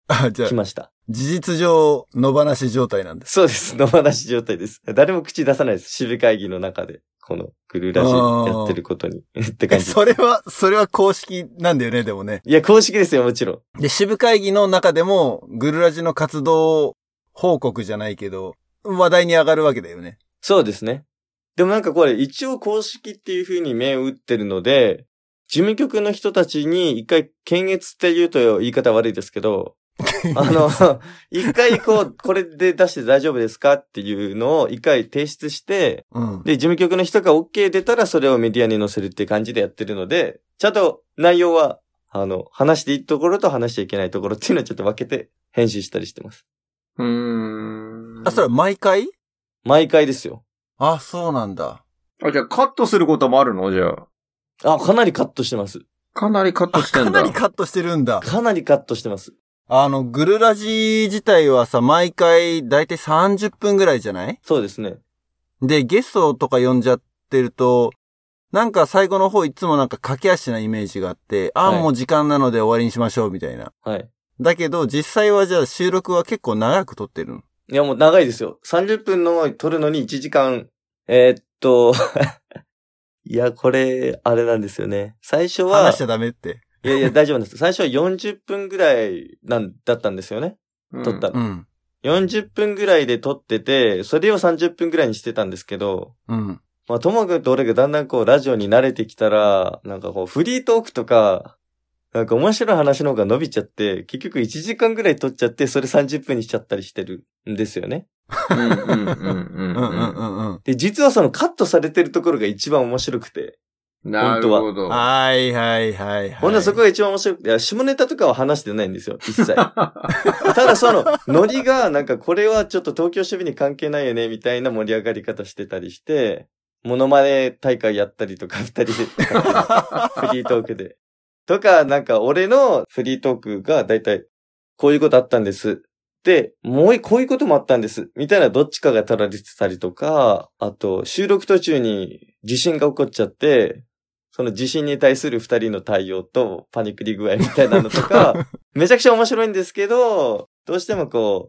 Speaker 1: あ、じゃ
Speaker 3: で
Speaker 1: あ
Speaker 3: き、ました。
Speaker 1: 事実上、野放し状態なんです。
Speaker 3: そうです。野放し状態です。誰も口出さないです。支部会議の中で、このグルーラジやってることに。 って感
Speaker 1: え
Speaker 3: じ。
Speaker 1: それは、それは公式なんだよね、でもね。
Speaker 3: いや、公式ですよ、もちろん。
Speaker 1: で、支部会議の中でも、グルラジの活動報告じゃないけど、話題に上がるわけだよね。
Speaker 3: そうですね。でもなんかこれ、一応公式っていう風に目を打ってるので、事務局の人たちに一回、検閲って言うと言い方悪いですけど、 あの、一回こう、これで出して大丈夫ですかっていうのを一回提出して、
Speaker 1: うん。
Speaker 3: で、事務局の人が OK 出たらそれをメディアに載せるっていう感じでやってるので、ちゃんと内容は、あの、話していいところと話しちゃいけないところっていうのはちょっと分けて編集したりしてます。
Speaker 2: うーん。
Speaker 1: あ、それは毎回
Speaker 3: 毎回ですよ。
Speaker 1: あ、そうなんだ。
Speaker 2: あ、じゃあカットすることもあるのじゃあ。
Speaker 3: あ、かなりカットしてます。
Speaker 2: かなりカット
Speaker 1: あ、
Speaker 2: して
Speaker 1: か
Speaker 2: ん
Speaker 1: な
Speaker 2: だ。
Speaker 1: りカットしてるんだ。
Speaker 3: かなりカットしてます。
Speaker 1: あの、グルラジ自体はさ、毎回、だいたい30分ぐらいじゃない
Speaker 3: そうですね。
Speaker 1: で、ゲストとか呼んじゃってると、なんか最後の方いつもなんか駆け足なイメージがあって、あ、
Speaker 3: はい
Speaker 1: もう時間なので終わりにしましょうみたいな。
Speaker 3: はい。
Speaker 1: だけど、実際はじゃあ収録は結構長く撮ってるの。
Speaker 3: いや、もう長いですよ。30分の撮るのに1時間。えーっと、 いや、これ、あれなんですよね。最初は
Speaker 1: 話しち、ゃダメって。
Speaker 3: いやいや、大丈夫なんです。最初は40分ぐらいなんだったんですよね。
Speaker 2: うん
Speaker 3: 撮った。
Speaker 1: うん。
Speaker 3: 40分ぐらいで撮ってて、それを30分ぐらいにしてたんですけど、
Speaker 1: うん。
Speaker 3: まあ、ともくんと俺がだんだんこう、ラジオに慣れてきたら、なんかこう、フリートークとか、なんか面白い話の方が伸びちゃって、結局1時間ぐらい撮っちゃって、それ30分にしちゃったりしてるんですよね。
Speaker 2: うんうんうんう
Speaker 1: うんん
Speaker 2: う
Speaker 1: うん
Speaker 2: ん
Speaker 1: うんうん。
Speaker 3: で、実はそのカットされてるところが一番面白くて、
Speaker 2: なるほど。
Speaker 1: はいはいはいはい。
Speaker 3: ほんならそこが一番面白くて、いや下ネタとかは話してないんですよ、一切。 ただその、ノリが、なんかこれはちょっと東京守備に関係ないよね、みたいな盛り上がり方してたりして、モノマネ大会やったりとか、二人で、 フリートークで。とか、なんか俺のフリートークがだいたい、こういうことあったんです。で、もういこういうこともあったんです。みたいなどっちかが取られてたりとか、あと、収録途中に地震が起こっちゃって、その地震に対する二人の対応とパニクり具合みたいなのとか、めちゃくちゃ面白いんですけど、どうしてもこ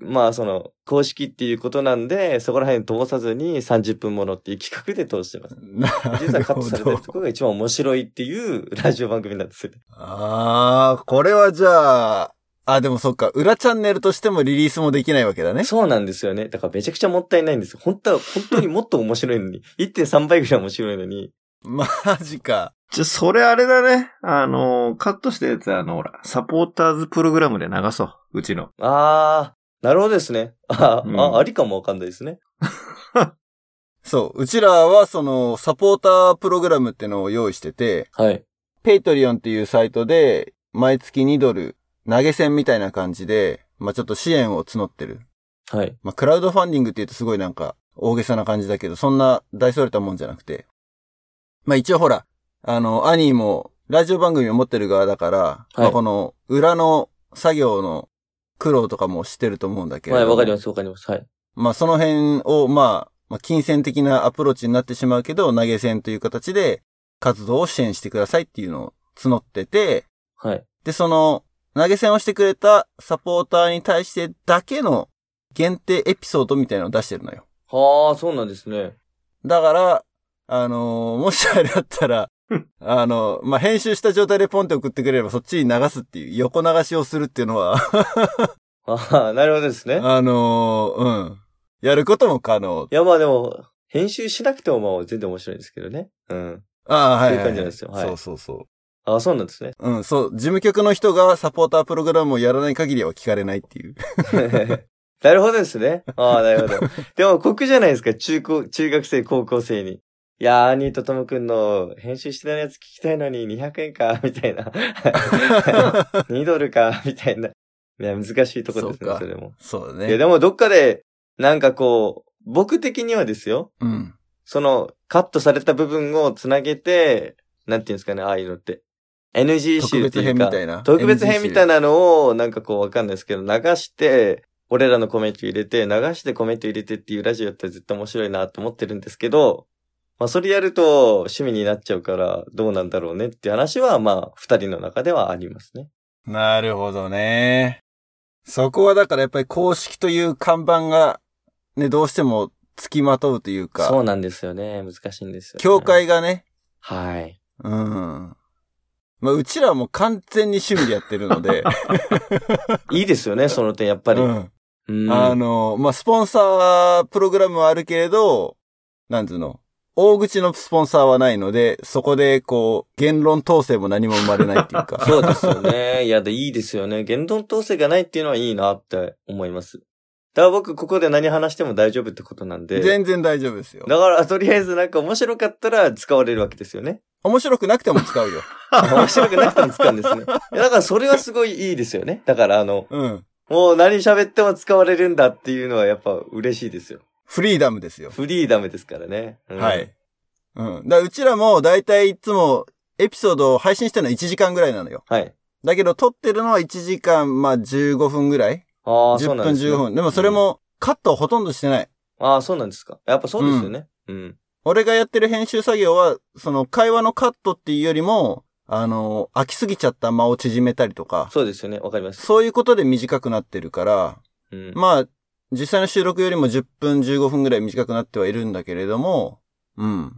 Speaker 3: う、まあその、公式っていうことなんで、そこら辺通さずに30分ものっていう企画で通してます。
Speaker 1: な
Speaker 3: 実
Speaker 1: る
Speaker 3: はカッ
Speaker 1: ほ
Speaker 3: トされてる
Speaker 1: ど。
Speaker 3: ところが一番面白いっていう ラジオ番組なんですよ。
Speaker 1: ああ、これはじゃあ、あ、でもそっか、裏チャンネルとしてもリリースもできないわけだね。
Speaker 3: そうなんですよね。だからめちゃくちゃもったいないんですよ。本当は、本当にもっと面白いのに、1.3倍ぐらい面白いのに、
Speaker 1: マジか。
Speaker 2: じゃ、それあれだね。あの、カットしたやつは、あの、ほら、サポーターズプログラムで流そう。うちの。
Speaker 3: あー、なるほどですね。あ、
Speaker 2: うん
Speaker 3: あ、ありかもわかんないですね。
Speaker 1: そう、うちらはその、サポータープログラムってのを用意してて、
Speaker 3: はい。
Speaker 1: ペイトリオンっていうサイトで、毎月2ドル、投げ銭みたいな感じで、まあちょっと支援を募ってる。
Speaker 3: はい。
Speaker 1: まあクラウドファンディングって言うとすごいなんか、大げさな感じだけど、そんな大それたもんじゃなくて。まあ一応ほら、あの、アニーも、ラジオ番組を持ってる側だから、
Speaker 3: い
Speaker 1: まあこの、裏の作業の苦労とかも知ってると思うんだけれ
Speaker 3: は
Speaker 1: ど
Speaker 3: い、
Speaker 1: も。
Speaker 3: わかります、わかります。はい。
Speaker 1: まあその辺を、まあ、まあ、金銭的なアプローチになってしまうけど、投げ銭という形で活動を支援してくださいっていうのを募ってて、
Speaker 3: はい。
Speaker 1: で、その、投げ銭をしてくれたサポーターに対してだけの限定エピソードみたいなのを出してるのよ。
Speaker 3: はあ、そうなんですね。
Speaker 1: だから、あのーもしあれだったら、あの、まあ、編集した状態でポンって送ってくれればそっちに流すっていう、横流しをするっていうのは、
Speaker 3: ああ、なるほどですね。
Speaker 1: あのーうん。やることも可能。
Speaker 3: いや、まあでも、編集しなくてもまあ全然面白いんですけどね。うん。
Speaker 1: ああ、はい、はい。
Speaker 3: そういう感じなんですよはい
Speaker 1: そうそうそう。
Speaker 3: ああ、そうなんですね。
Speaker 1: うん、そう、事務局の人がサポータープログラムをやらない限りは聞かれないって いう。
Speaker 3: なるほどですね。ああ、なるほど。でも、酷じゃないですか。中高、中学生、高校生に。いやー、兄とともくんの編集してないやつ聞きたいのに200円か、みたいな。2ドルか、みたいな。いや、難しいところです
Speaker 1: そう
Speaker 3: ね、
Speaker 1: か
Speaker 3: それも。
Speaker 1: そう
Speaker 3: い
Speaker 1: だ
Speaker 3: や、
Speaker 1: ね。
Speaker 3: でも、どっかで、なんかこう、僕的にはですよ。
Speaker 1: うん。
Speaker 3: その、カットされた部分をつなげて、なんていうんですかね、ああいうのって。NG 集っていうか
Speaker 1: 特別編みたいな
Speaker 3: 特別編みたいなのを、なんかこうわかんないですけど、流して、俺らのコメント入れて、流してコメント入れてっていうラジオやったら絶対面白いなと思ってるんですけど、まあそれやると趣味になっちゃうからどうなんだろうねっていう話はまあ二人の中ではありますね。
Speaker 1: なるほどね。そこはだからやっぱり公式という看板が、ね、どうしても付きまとうという
Speaker 3: そ
Speaker 1: か、
Speaker 3: うなんですよね。難しいんですよ、ね。
Speaker 1: 教会がね、
Speaker 3: はい。
Speaker 1: うん。まあ、うちらはもう完全に趣味でやってるの で、
Speaker 3: いいですよね、その点やっぱり。
Speaker 1: う
Speaker 3: うん
Speaker 1: ん。あの、まあ、スポンサープログラムはあるけれど、なんつうの、大口のスポンサーはないので、そこでこう、言論統制も何も生まれないっていうか。
Speaker 3: そうですよね。いや、で、いいですよね。言論統制がないっていうのはいいなって思います。だから僕、ここで何話しても大丈夫ってことなんで。
Speaker 1: 全然大丈夫ですよ。
Speaker 3: だから、とりあえずなんか面白かったら使われるわけですよね。
Speaker 1: 面白くなくても使うよ。
Speaker 3: 面白くなくても使うん ですね。いやだから、それはすごいいいですよね。だから、あの、
Speaker 1: うん。
Speaker 3: もう何喋っても使われるんだっていうのはやっぱ嬉しいですよ。
Speaker 1: フリーダムですよ。
Speaker 3: フリーダムですからね。うん
Speaker 1: はい。。うん。だからうちらもだいたいいつもエピソードを配信してるのは1時間ぐらいなのよ。
Speaker 3: はい。
Speaker 1: だけど撮ってるのは1時間、まあ15分ぐらい
Speaker 3: ああ、そ
Speaker 1: ?10
Speaker 3: うなん
Speaker 1: 分
Speaker 3: です、ね。
Speaker 1: 15分。でもそれもカットほとんどしてない。
Speaker 3: うん。ああ、そうなんですか。やっぱそうですよね。うん。
Speaker 1: 俺がやってる編集作業は、その会話のカットっていうよりも、あの、飽きすぎちゃった間を縮めたりとか、
Speaker 3: そうですよね。わかります。
Speaker 1: そういうことで短くなってるから、
Speaker 3: うん。
Speaker 1: まあ、実際の収録よりも10分、15分ぐらい短くなってはいるんだけれども、うん。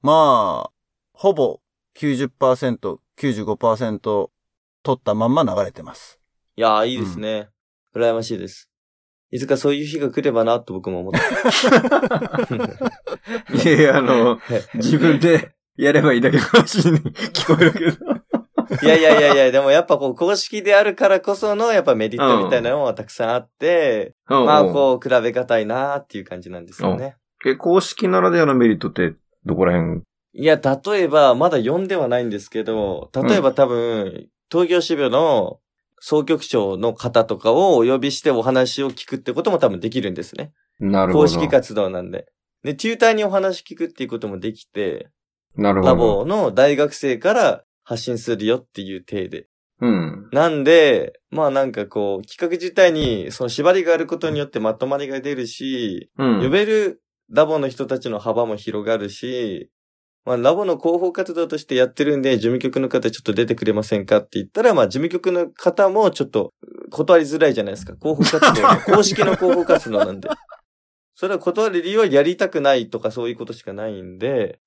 Speaker 1: まあ、ほぼ90%、95%取ったまんま流れてます。
Speaker 3: いやー、いいですね。羨ましいです。いつかそういう日が来ればなと僕も思ってま
Speaker 2: いやい や、あの、
Speaker 3: す。
Speaker 2: 自分でやればいいだけの話に聞こえるけど。
Speaker 3: いやいやいやいや、でもやっぱこう公式であるからこそのやっぱメリットみたいなのはたくさんあって、まあこう比べがたいなっていう感じなんですよね。
Speaker 2: え、公式ならではのメリットって、どこら辺
Speaker 3: いや、例えば、まだ読んではないんですけど、例えば多分、東京支部の総局長の方とかをお呼びしてお話を聞くってことも多分できるんですね。
Speaker 2: なるほど。
Speaker 3: 公式活動なんで。で、チューターにお話聞くっていうこともできて、
Speaker 2: なるほど。
Speaker 3: ラボの大学生から発信するよっていう体で。
Speaker 2: うん。
Speaker 3: なんで、まあなんかこう、企画自体にその縛りがあることによってまとまりが出るし、
Speaker 2: うん。
Speaker 3: 呼べるラボの人たちの幅も広がるし、まあラボの広報活動としてやってるんで、事務局の方ちょっと出てくれませんかって言ったら、まあ事務局の方もちょっと断りづらいじゃないですか。広報活動、公式の広報活 動なんで。それは断る理由はやりたくないとかそういうことしかないんで、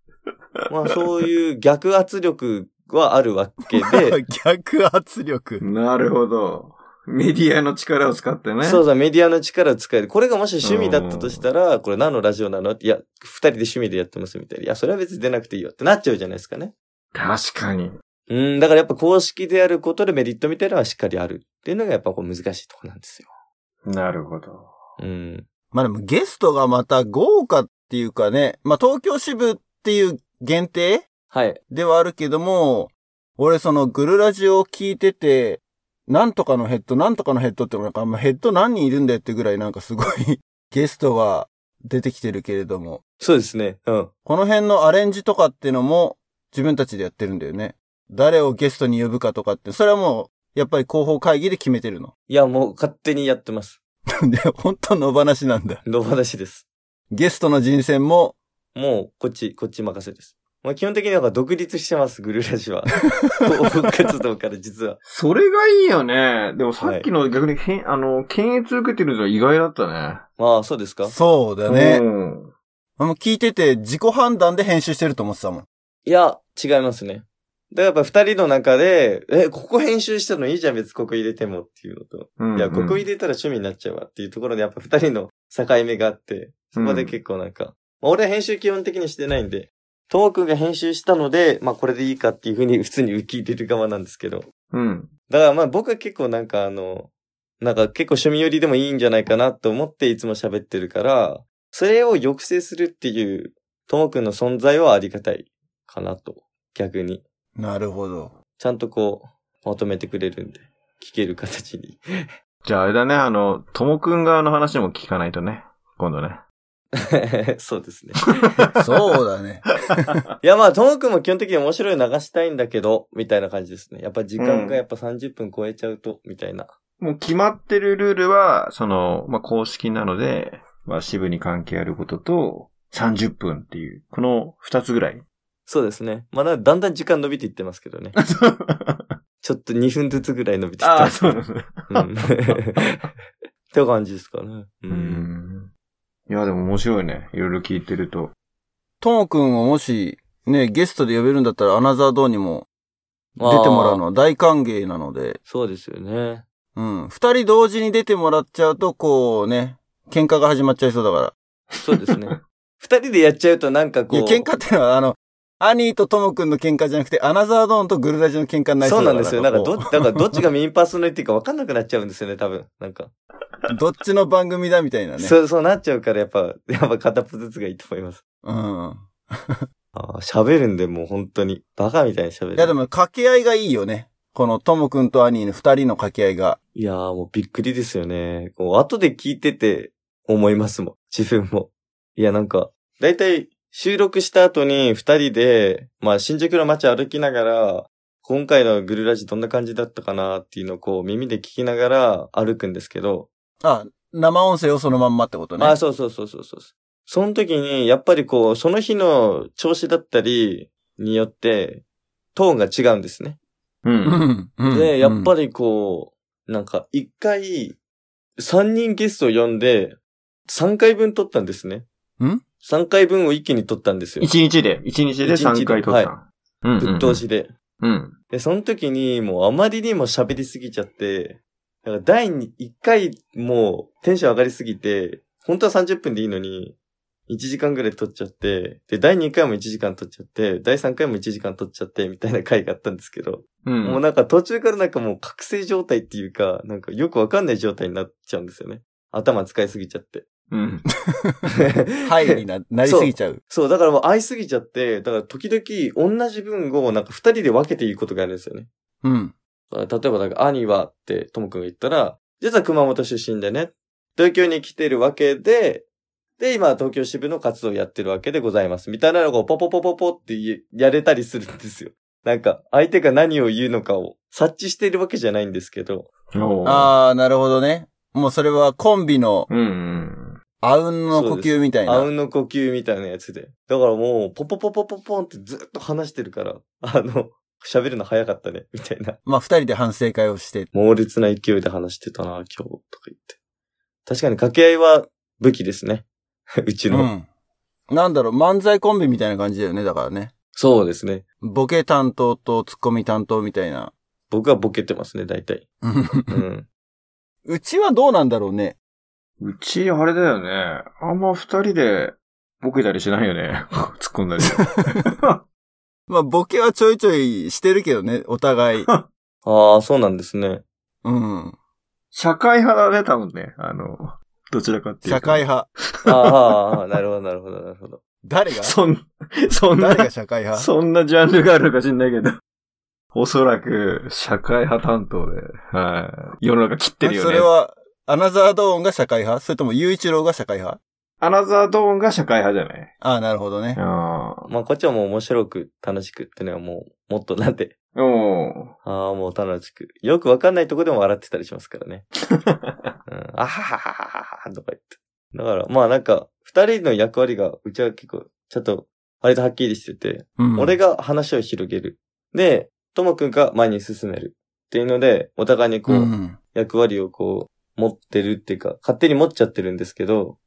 Speaker 3: まあそういう逆圧力はあるわけ で、
Speaker 1: 逆圧力。
Speaker 2: なるほど。メディアの力を使ってね。
Speaker 3: そうそう、メディアの力を使える。これがもし趣味だったとしたら、これ何のラジオなのいや、二人で趣味でやってますみたいな。いや、それは別に出なくていいよってなっちゃうじゃないですかね。
Speaker 2: 確かに。
Speaker 3: うん、だからやっぱ公式でやることでメリットみたいなのはしっかりあるっていうのがやっぱこう難しいとこなんですよ。
Speaker 2: なるほど。
Speaker 3: うん。
Speaker 1: まあでもゲストがまた豪華っていうかね、まあ東京支部っていう限定
Speaker 3: はい。
Speaker 1: ではあるけども、俺そのグルラジオを聞いてて、なんとかのヘッド、なんとかのヘッドってなんかあんまヘッド何人いるんだよってぐらいなんかすごい ゲストが出てきてるけれども、
Speaker 3: そうですね。うん。
Speaker 1: この辺のアレンジとかってのも自分たちでやってるんだよね。誰をゲストに呼ぶかとかって、それはもうやっぱり広報会議で決めてるの。
Speaker 3: いや、もう勝手にやってます。
Speaker 1: で、本当の話なんだ。
Speaker 3: 野放しです。
Speaker 1: ゲストの人選も、
Speaker 3: もう、こっち、こっち任せです。まあ基本的には独立してます、グルラジは。 広報活動から実は。
Speaker 2: それがいいよね。でもさっきの逆にけん、あの、検閲受けてるのは意外だったね。
Speaker 3: まあ、そうですか
Speaker 1: そうだね
Speaker 2: う。ん。
Speaker 1: あの聞いてて自己判断で編集してると思ってたもん。
Speaker 3: いや、違いますね。だからやっぱ二人の中で、え、ここ編集したのいいじゃん、別にここ入れてもっていうのと。
Speaker 2: うん
Speaker 3: いや、ここ入れたら趣味になっちゃうわっていうところでやっぱ二人の境目があって、そこで結構なんか、まあ俺は編集基本的にしてないんで、トークが編集したので、まあこれでいいかっていうふうに普通に受け入れる側なんですけど。
Speaker 2: うん。
Speaker 3: だからまあ僕は結構なんかあの、なんか結構趣味寄りでもいいんじゃないかなと思っていつも喋ってるから、それを抑制するっていう、ともくんの存在はありがたいかなと、逆に。
Speaker 1: なるほど。
Speaker 3: ちゃんとこう、まとめてくれるんで、聞ける形に。
Speaker 2: じゃああれだね、あの、ともくん側の話も聞かないとね。今度ね。
Speaker 3: そうで すね。
Speaker 1: そうだね。
Speaker 3: いやまあ、ともくんも基本的に面白いの流したいんだけど、みたいな感じですね。やっぱ時間がやっぱ30分超えちゃうと、みたいな。
Speaker 2: もう決まってるルールは、その、まあ、公式なので、まあ、支部に関係あることと、30分っていう、この2つぐらい。
Speaker 3: そうですね。まあ、だだんだん時間伸びていってますけど ね。ちょっと2分ずつぐらい伸びていって
Speaker 2: あ
Speaker 3: ま
Speaker 2: あ、
Speaker 3: す
Speaker 2: そ
Speaker 3: け
Speaker 2: う
Speaker 3: ど
Speaker 2: なんだ。
Speaker 3: うん。 って感じですかね。う
Speaker 2: う。ん。いや、でも面白いね。いろいろ聞いてると。
Speaker 1: ともくんをもし、ね、ゲストで呼べるんだったら、アナザードーにも出てもらうの
Speaker 3: あー
Speaker 1: は大歓迎なので、
Speaker 3: そうですよね。
Speaker 1: うん。二人同時に出てもらっちゃうと、こうね、喧嘩が始まっちゃいそうだか
Speaker 3: そうですね。 二人でやっちゃうとなんかこ
Speaker 1: ら。
Speaker 3: う。
Speaker 1: いや、喧嘩ってのは、あの、アニーとともくんの喧嘩じゃなくて、アナザードーンとグルラジの喧嘩になり
Speaker 3: そ
Speaker 1: そう
Speaker 3: う
Speaker 1: だか
Speaker 3: な
Speaker 1: ら。
Speaker 3: んですよ。なんかど、
Speaker 1: こ
Speaker 3: だからどっちがメインパーソナリティか分かんなくなっちゃうんですよね、多分。なんか。
Speaker 1: うどっちの番組だみたいなね。
Speaker 3: そう、そうなっちゃうから、やっぱ、やっぱ片っぽずつがいいと思います。
Speaker 1: うん。
Speaker 3: あー喋るんで、もう本当に。バカみたいに喋る。
Speaker 1: いや、でも、掛け合いがいいよね。この、ともくんとアニーの二人の掛け合いが。
Speaker 3: いやーもうびっくりですよね。こう後で聞いてて思いますもん。自分も。いやなんか、だいたい収録した後に二人で、まあ新宿の街歩きながら、今回のグルラジどんな感じだったかなっていうのをこう耳で聞きながら歩くんですけど、
Speaker 1: あ、生音声をそのまんまってことね。
Speaker 3: あ、そうそうそうそうそう。その時に、やっぱりこう、その日の調子だったりによって、トーンが違うんですね。
Speaker 2: う。
Speaker 1: うんん。うん。
Speaker 3: で、やっぱ
Speaker 1: り。
Speaker 3: りこう、なんか一回、三人ゲストを呼んで、三回分撮ったんですね。
Speaker 1: ん
Speaker 3: 三回分を一気に撮ったんですよ。
Speaker 2: 一日で、一日で3回撮った。うんうんうん
Speaker 3: ぶっ通。しで。
Speaker 2: うん。
Speaker 3: で、その時にもうあまりにも喋りすぎちゃって、だから第1回もうテンション上がりすぎて、本当は30分でいいのに、1時間ぐらい撮っちゃって、で、第2回も1時間撮っちゃって、第3回も1時間撮っちゃって、みたいな回があったんですけど、
Speaker 2: うん。
Speaker 3: もうなんか途中からなんかもう覚醒状態っていうか、なんかよくわかんない状態になっちゃうんですよね。頭使いすぎちゃって。
Speaker 2: うん。
Speaker 1: はいにななりすぎちゃう。
Speaker 3: そう、だからもう会いすぎちゃって、だから時々同じ文語をなんか二人で分けていくことがあるんですよね。
Speaker 1: うん。
Speaker 3: 例えばなんか、兄はってともくんが言ったら、実は熊本出身でね、東京に来てるわけで、で、今東京支部の活動をやってるわけでございます。みたいなのをポポポポポって言えやれたりするんですよ。なんか、相手が何を言うのかを察知しているわけじゃないんですけど、
Speaker 2: おー
Speaker 1: ああ、なるほどね。もうそれはコンビの
Speaker 2: うんうん。
Speaker 1: あうんの呼吸みたい
Speaker 3: あ
Speaker 1: な。
Speaker 3: うんの呼吸みたいなやつで。だからもう、ポポポポポポンってずっと話してるから、あの、喋るの早かったね、みたいな。
Speaker 1: まあ、二人で反省会をして。
Speaker 3: 猛烈な勢いで話してたな、今日、とか言って。確かに掛け合いは武器ですね。 うち
Speaker 1: う
Speaker 3: の、
Speaker 1: ん。なんだろう、漫才コンビみたいな感じだよね、だからね。
Speaker 3: そうですね。
Speaker 1: ボケ担当とツッコミ担当みたいな。
Speaker 3: 僕はボケてますね、大体。うん。
Speaker 1: うちはどうなんだろうね。
Speaker 2: うち、あれだよね。あんま二人でボケたりしないよね。 突っ込ん だり。
Speaker 1: まあ、ボケはちょいちょいしてるけどね、お互い。
Speaker 3: ああ、そうなんですね。
Speaker 1: うん。
Speaker 2: 社会派だね、多分ね。あの、どちらかっていうと。
Speaker 1: 社会派。
Speaker 3: あーあー、あーなるほど、なるほど、なるほど。
Speaker 1: 誰が
Speaker 2: そん、そんな
Speaker 1: 誰、が社会派
Speaker 2: そんなジャンルがあるのか知んないけど。おそらく、社会派担当で、はい。世の中切ってるよね。
Speaker 1: それは、アナザードーンが社会派それとも、雄一郎が社会派
Speaker 2: アナザードーンが社会派じゃない
Speaker 1: ああ、なるほどね。
Speaker 2: ああ。
Speaker 3: まあ、こっちはもう面白く、楽しくってね、もう、もっとなんで、
Speaker 2: お
Speaker 3: ああ、もう楽しく。よくわかんないとこでも笑ってたりしますか らね。うん、あははははは、とか言って。だから、まあなんか、二人の役割が、うちは結構、ちょっと、割とはっきりしてて、
Speaker 1: うん。
Speaker 3: 俺が話を広げる。で、ともくんが前に進める。っていうので、お互いにこ
Speaker 1: う
Speaker 3: う、
Speaker 1: ん。
Speaker 3: 役割をこう、持ってるっていうか、勝手に持っちゃってるんですけど、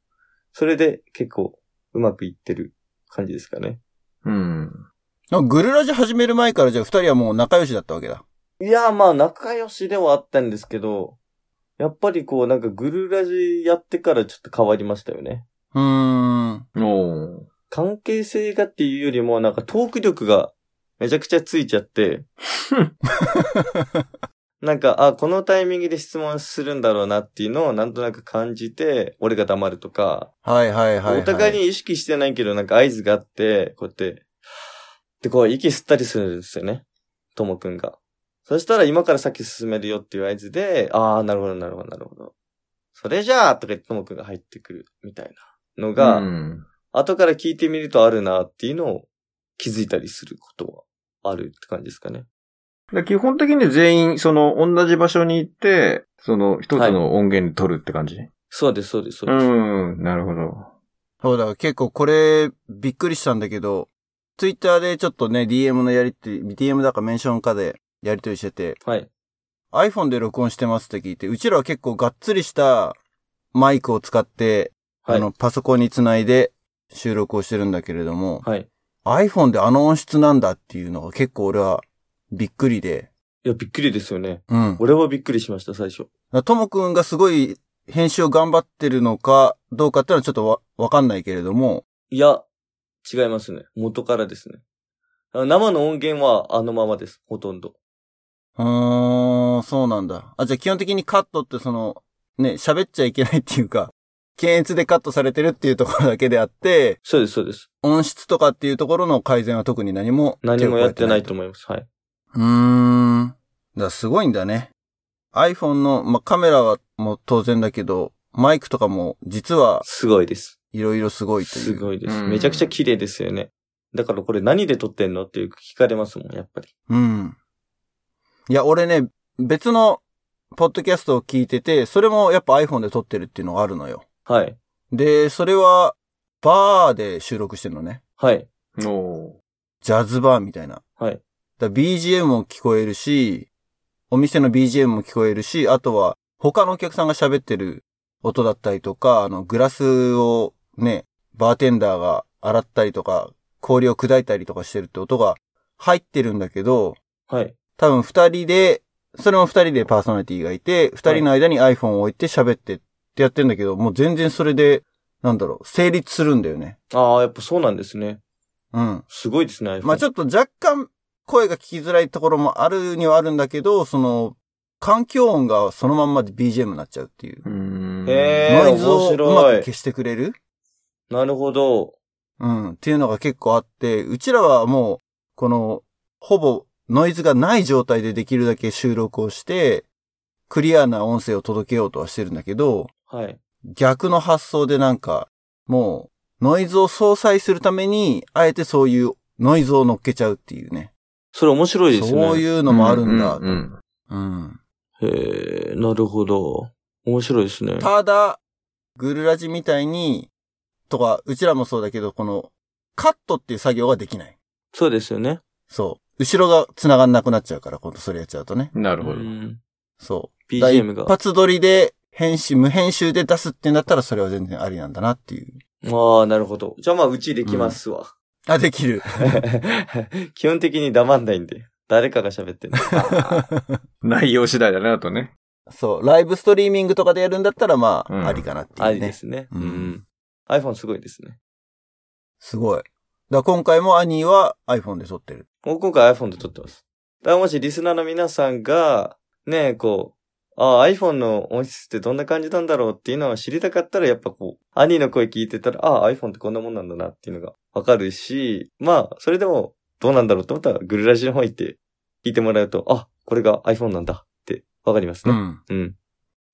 Speaker 3: それで結構、うまくいってる感じですかね。
Speaker 2: うん。
Speaker 1: なんかグルラジ始める前からじゃあ二人はもう仲良しだったわけだ。
Speaker 3: いや、まあ仲良しではあったんですけど、やっぱりこうなんかグルラジやってからちょっと変わりましたよね。
Speaker 1: うーん。
Speaker 2: うん。おー
Speaker 3: 関係性がっていうよりもなんかトーク力がめちゃくちゃついちゃって、なんか、あ、このタイミングで質問するんだろうなっていうのをなんとなく感じて、俺が黙るとか、
Speaker 1: はいはいはい、はい。
Speaker 3: お互いに意識してないけど、なんか合図があって、こうやって、で、こう、息吸ったりするんですよね。ともくんが。そしたら、今から先進めるよっていう合図で、ああ、なるほど、なるほど、なるほど。それじゃあ、とか言ってともくんが入ってくる、みたいなのが、
Speaker 2: うん
Speaker 3: 後から聞いてみるとあるなっていうのを気づいたりすることはあるって感じですかね。
Speaker 2: で基本的に全員、その、同じ場所に行って、その、一つの音源で撮るって感じ、
Speaker 3: そうです、そうです、そ
Speaker 2: う
Speaker 3: うです。
Speaker 2: ん、なるほど。
Speaker 1: そうだ、結構これ、びっくりしたんだけど、ツイッターでちょっとね、DM のやりとり、DM だかメンションかでやりとりしてて、
Speaker 3: はい。
Speaker 1: iPhone で録音してますって聞いて、うちらは結構がっつりしたマイクを使って、
Speaker 3: はい
Speaker 1: あの、パソコンにつないで収録をしてるんだけれども、
Speaker 3: はい。
Speaker 1: iPhone であの音質なんだっていうのが結構俺はびっくりで、
Speaker 3: いや、びっくりですよね。
Speaker 1: うん。
Speaker 3: 俺はびっくりしました、最初。
Speaker 1: だからともくんがすごい編集を頑張ってるのかどうかってのはちょっとわ、わかんないけれども、
Speaker 3: いや、違いますね。元からですね。あ生の音源はあのままです。ほとんど。
Speaker 1: うーん、そうなんだ。あ、じゃあ基本的にカットってその、ね、喋っちゃいけないっていうか、検閲でカットされてるっていうところだけであって、
Speaker 3: そうです、そうです。
Speaker 1: 音質とかっていうところの改善は特に何も
Speaker 3: 何もやってないと
Speaker 1: 思
Speaker 3: 思います。はい。
Speaker 1: う。うーん。だからすごいんだね。iPhone の、まあ、カメラはもう当然だけど、マイクとかも実は
Speaker 3: すごいです。
Speaker 1: いろいろすごいという。
Speaker 3: すごいです。
Speaker 2: うん
Speaker 3: めちゃくちゃ綺麗ですよね。だからこれ何で撮ってんのっていう聞かれますもん、やっぱり。
Speaker 1: うん。いや、俺ね、別のポッドキャストを聞いてて、それもやっぱ iPhone で撮ってるっていうのがあるのよ。
Speaker 3: はい。
Speaker 1: で、それは、バーで収録してるのね。
Speaker 3: はい。
Speaker 2: お
Speaker 1: ジャズバーみたいな。
Speaker 3: はい。
Speaker 1: だ BGM も聞こえるし、お店の BGM も聞こえるし、あとは、他のお客さんが喋ってる音だったりとか、あの、グラスをね、バーテンダーが洗ったりとか、氷を砕いたりとかしてるって音が入ってるんだけど、
Speaker 3: はい。
Speaker 1: 多分二人で、それも二人でパーソナリティがいて、二人の間に iPhone を置いて喋ってってやってるんだけど、もう全然それで、なんだろう、成立するんだよね。
Speaker 3: ああ、やっぱそうなんですね。
Speaker 1: うん。
Speaker 3: すごいですね、iPhone。
Speaker 1: まあちょっと若干声が聞きづらいところもあるにはあるんだけど、その、環境音がそのまんまで BGM になっちゃうっていう。
Speaker 2: ーうーん。うん
Speaker 3: へえー
Speaker 1: ノイズを
Speaker 3: 面白いう
Speaker 1: まく消してくれる
Speaker 3: なるほど。
Speaker 1: うん。っていうのが結構あって、うちらはもう、この、ほぼノイズがない状態でできるだけ収録をして、クリアな音声を届けようとはしてるんだけど、
Speaker 3: はい。
Speaker 1: 逆の発想でなんか、もう、ノイズを相殺するために、あえてそういうノイズを乗っけちゃうっていうね。
Speaker 3: それ面白いですね。
Speaker 1: そういうのもあるんだ。
Speaker 2: うんうん
Speaker 1: うん。
Speaker 3: へえ、なるほど。面白いですね。
Speaker 1: ただ、グルラジみたいに、とか、うちらもそうだけど、この、カットっていう作業ができない。
Speaker 3: そうですよね。
Speaker 1: そう。後ろが繋がんなくなっちゃうから、今度それやっちゃうとね。
Speaker 2: うんなる
Speaker 3: う
Speaker 2: ほど。
Speaker 3: ん、
Speaker 1: そう。だから
Speaker 3: BGM
Speaker 1: 一
Speaker 3: が。
Speaker 1: 発撮りで、編集、無編集で出すってなったら、それは全然ありなんだなっていう。
Speaker 3: ああ、なるほど。じゃあまあ、うちできますわ。
Speaker 1: あ、で きる。
Speaker 3: 基本的に黙んないんで。誰かが喋 ってる。
Speaker 2: 内容次第だね、あと ね。
Speaker 1: そう。ライブストリーミングとかでやるんだったら、ま
Speaker 2: うん
Speaker 1: あ、ありかなっていうね。
Speaker 3: ありですね。
Speaker 1: う
Speaker 3: うんん。iPhone すごいですね。
Speaker 1: すごい。だから今回もアニーは iPhone で撮ってる。
Speaker 3: もう今回 iPhone で撮ってます。だからもしリスナーの皆さんが、ねえ、こう、ああ、iPhone の音質ってどんな感じなんだろうっていうのを知りたかったら、やっぱこう、兄の声聞いてたら、ああ、iPhone ってこんなもんなんだなっていうのがわかるし、まあ、それでも、どうなんだろうと思ったら、グルラジの方行って、聞いてもらうと、あ、これが iPhone なんだってわかりますね。
Speaker 1: ん。
Speaker 3: うん。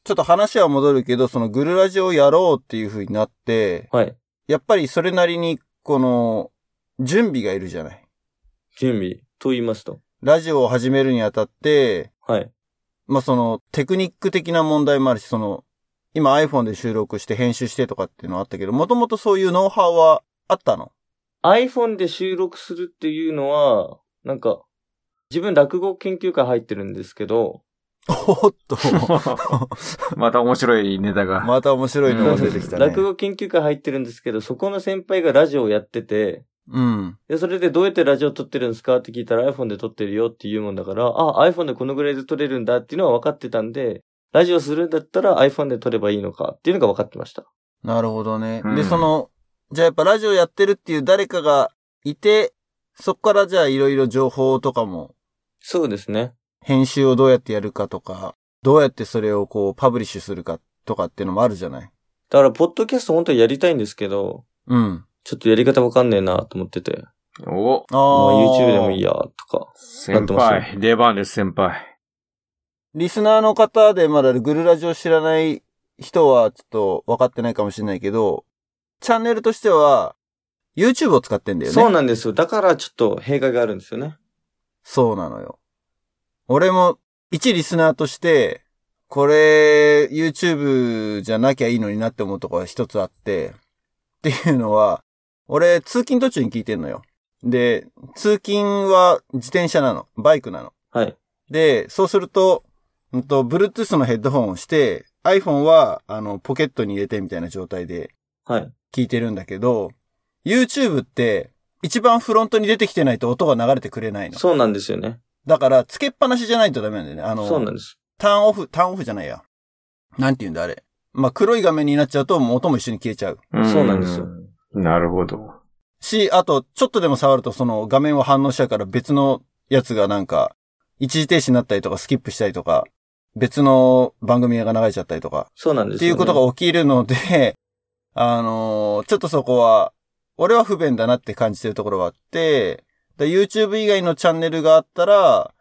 Speaker 1: ちょっと話は戻るけど、そのグルラジオをやろうっていう風になって、
Speaker 3: はい。
Speaker 1: やっぱりそれなりに、この、準備がいるじゃない。
Speaker 3: 準備と言いますと。
Speaker 1: ラジオを始めるにあたって、
Speaker 3: はい。
Speaker 1: まあ、その、テクニック的な問題もあるし、その、今 iPhone で収録して編集してとかっていうのはあったけど、もともとそういうノウハウはあったの
Speaker 3: iPhone で収録するっていうのは、なんか、自分落語研究会入ってるんですけど、
Speaker 1: おっと。
Speaker 2: また面白いネタが。
Speaker 1: また面白いのが出てきたね。
Speaker 3: 落語研究会入ってるんですけど、そこの先輩がラジオをやってて、
Speaker 1: うん。
Speaker 3: で、それでどうやってラジオ撮ってるんですかって聞いたら iPhone で撮ってるよっていうもんだから、あ、iPhone でこのぐらいで撮れるんだっていうのは分かってたんで、ラジオするんだったら iPhone で撮ればいいのかっていうのが分かってました。
Speaker 1: なるほどね。
Speaker 2: うん
Speaker 1: で、その、じゃあやっぱラジオやってるっていう誰かがいて、そこからじゃあいろいろ情報とかも、
Speaker 3: そうですね。
Speaker 1: 編集をどうやってやるかとか、どうやってそれをこうパブリッシュするかとかっていうのもあるじゃない
Speaker 3: だから、ポッドキャスト本当はやりたいんですけど、
Speaker 1: うん。
Speaker 3: ちょっとやり方分かんねえなと思ってて、
Speaker 2: お
Speaker 1: あ
Speaker 3: まあ
Speaker 1: あ。
Speaker 3: YouTube でもいいやとか、
Speaker 2: 先
Speaker 3: なってます
Speaker 2: 輩、出番です、先輩。
Speaker 1: リスナーの方でまだグルラジオ知らない人はちょっと分かってないかもしれないけど、チャンネルとしては YouTube を使ってんだよね。
Speaker 3: そうなんですよ。だからちょっと弊害があるんですよね。
Speaker 1: そうなのよ。俺も、一リスナーとして、これ、YouTube じゃなきゃいいのになって思うところが一つあって、っていうのは、俺、通勤途中に聞いてんのよ。で、通勤は自転車なの。バイクなの。
Speaker 3: はい。
Speaker 1: で、そうすると、うんと、Bluetooth のヘッドホンをして、iPhone は、あの、ポケットに入れてみたいな状態で
Speaker 3: はい。
Speaker 1: 聞いてるんだけど、YouTube って、一番フロントに出てきてないと音が流れてくれないの。
Speaker 3: そうなんですよね。
Speaker 1: だから、つけっぱなしじゃないとダメなんだよね。あ
Speaker 3: そう
Speaker 1: の、
Speaker 3: なんです。
Speaker 1: ターンオフ、ターンオフじゃないや。なんて言うんだ、あれ。まあ、黒い画面になっちゃうと、もう音も一緒に消えちゃう。
Speaker 3: そうなんですよ
Speaker 2: うん。なるほど。
Speaker 1: し、あと、ちょっとでも触ると、その画面を反応しちゃうから、別のやつがなんか、一時停止になったりとか、スキップしたりとか、別の番組が流れちゃったりとか、
Speaker 3: そうなんで
Speaker 1: っ
Speaker 3: す
Speaker 1: てい
Speaker 3: よ、ね。
Speaker 1: うことが起きるので、 あのーちょっとそこは、俺は不便だなって感じてるところはあって、だ YouTube 以外のチャンネルがあったら、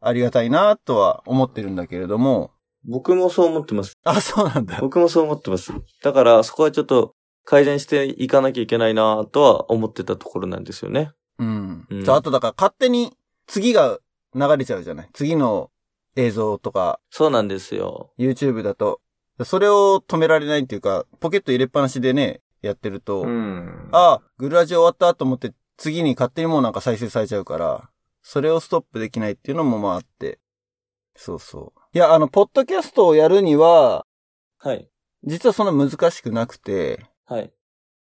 Speaker 1: ありがたいなとは思ってるんだけれども、
Speaker 3: 僕もそう思ってます。
Speaker 1: あ、そうなんだ。
Speaker 3: 僕もそう思ってます。だから、そこはちょっと改善していかなきゃいけないなとは思ってたところなんですよね。
Speaker 1: うん。
Speaker 3: うん
Speaker 1: そうあとだから勝手に次が流れちゃうじゃない次の映像とか
Speaker 3: そうなんですよ。
Speaker 1: YouTube だと。それを止められないっていうか、ポケット入れっぱなしでね、やってると、
Speaker 2: うん。
Speaker 1: ああ、グルラジオ終わったと思って、次に勝手にもうなんか再生されちゃうから、それをストップできないっていうのもまああって。そうそう。いや、あの、ポッドキャストをやるには、
Speaker 3: はい。
Speaker 1: 実はそんな難しくなくて、
Speaker 3: はい。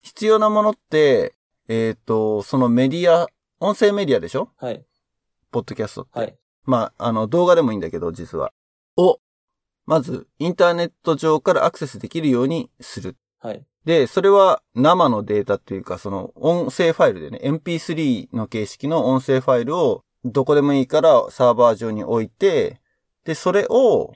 Speaker 1: 必要なものって、えっ、と、そのメディア、音声メディアでしょ
Speaker 3: はい。
Speaker 1: ポッドキャストって。
Speaker 3: はい。
Speaker 1: まあ、あの、動画でもいいんだけど、実は。を、まず、インターネット上からアクセスできるようにする。
Speaker 3: はい。
Speaker 1: で、それは生のデータっていうか、その音声ファイルでね、MP3 の形式の音声ファイルをどこでもいいからサーバー上に置いて、で、それを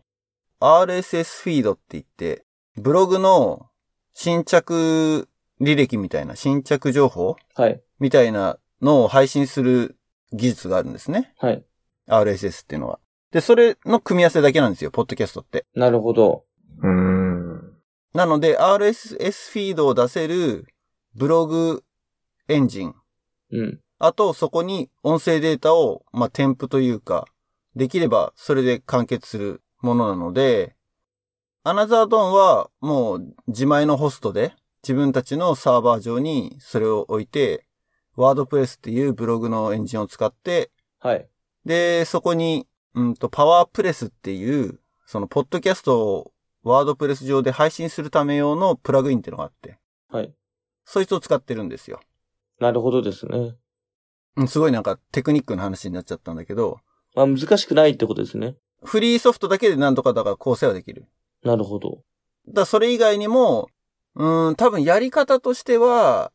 Speaker 1: RSS フィードって言って、ブログの新着履歴みたいな、新着情報
Speaker 3: はい。
Speaker 1: みたいなのを配信する技術があるんですね。
Speaker 3: はい。
Speaker 1: RSS っていうのは。で、それの組み合わせだけなんですよ、ポッドキャストって。
Speaker 3: なるほど。
Speaker 2: うーん。
Speaker 1: なので、RSS フィードを出せるブログエンジン。
Speaker 3: うん。
Speaker 1: あと、そこに音声データを、まあ、添付というか、できればそれで完結するものなので、アナザードンはもう自前のホストで自分たちのサーバー上にそれを置いて、ワードプレスっていうブログのエンジンを使って、
Speaker 3: はい。
Speaker 1: で、そこに、うんと、パワープレスっていう、その、ポッドキャストをワードプレス上で配信するため用のプラグインっていうのがあって、
Speaker 3: はい。
Speaker 1: そいつを使ってるんですよ。
Speaker 3: なるほどですね。
Speaker 1: うんすごいなんかテクニックの話になっちゃったんだけど、
Speaker 3: まあ難しくないってことですね。
Speaker 1: フリーソフトだけでなんとかだから構成はできる。
Speaker 3: なるほど。
Speaker 1: だからそれ以外にも、うん、多分やり方としては、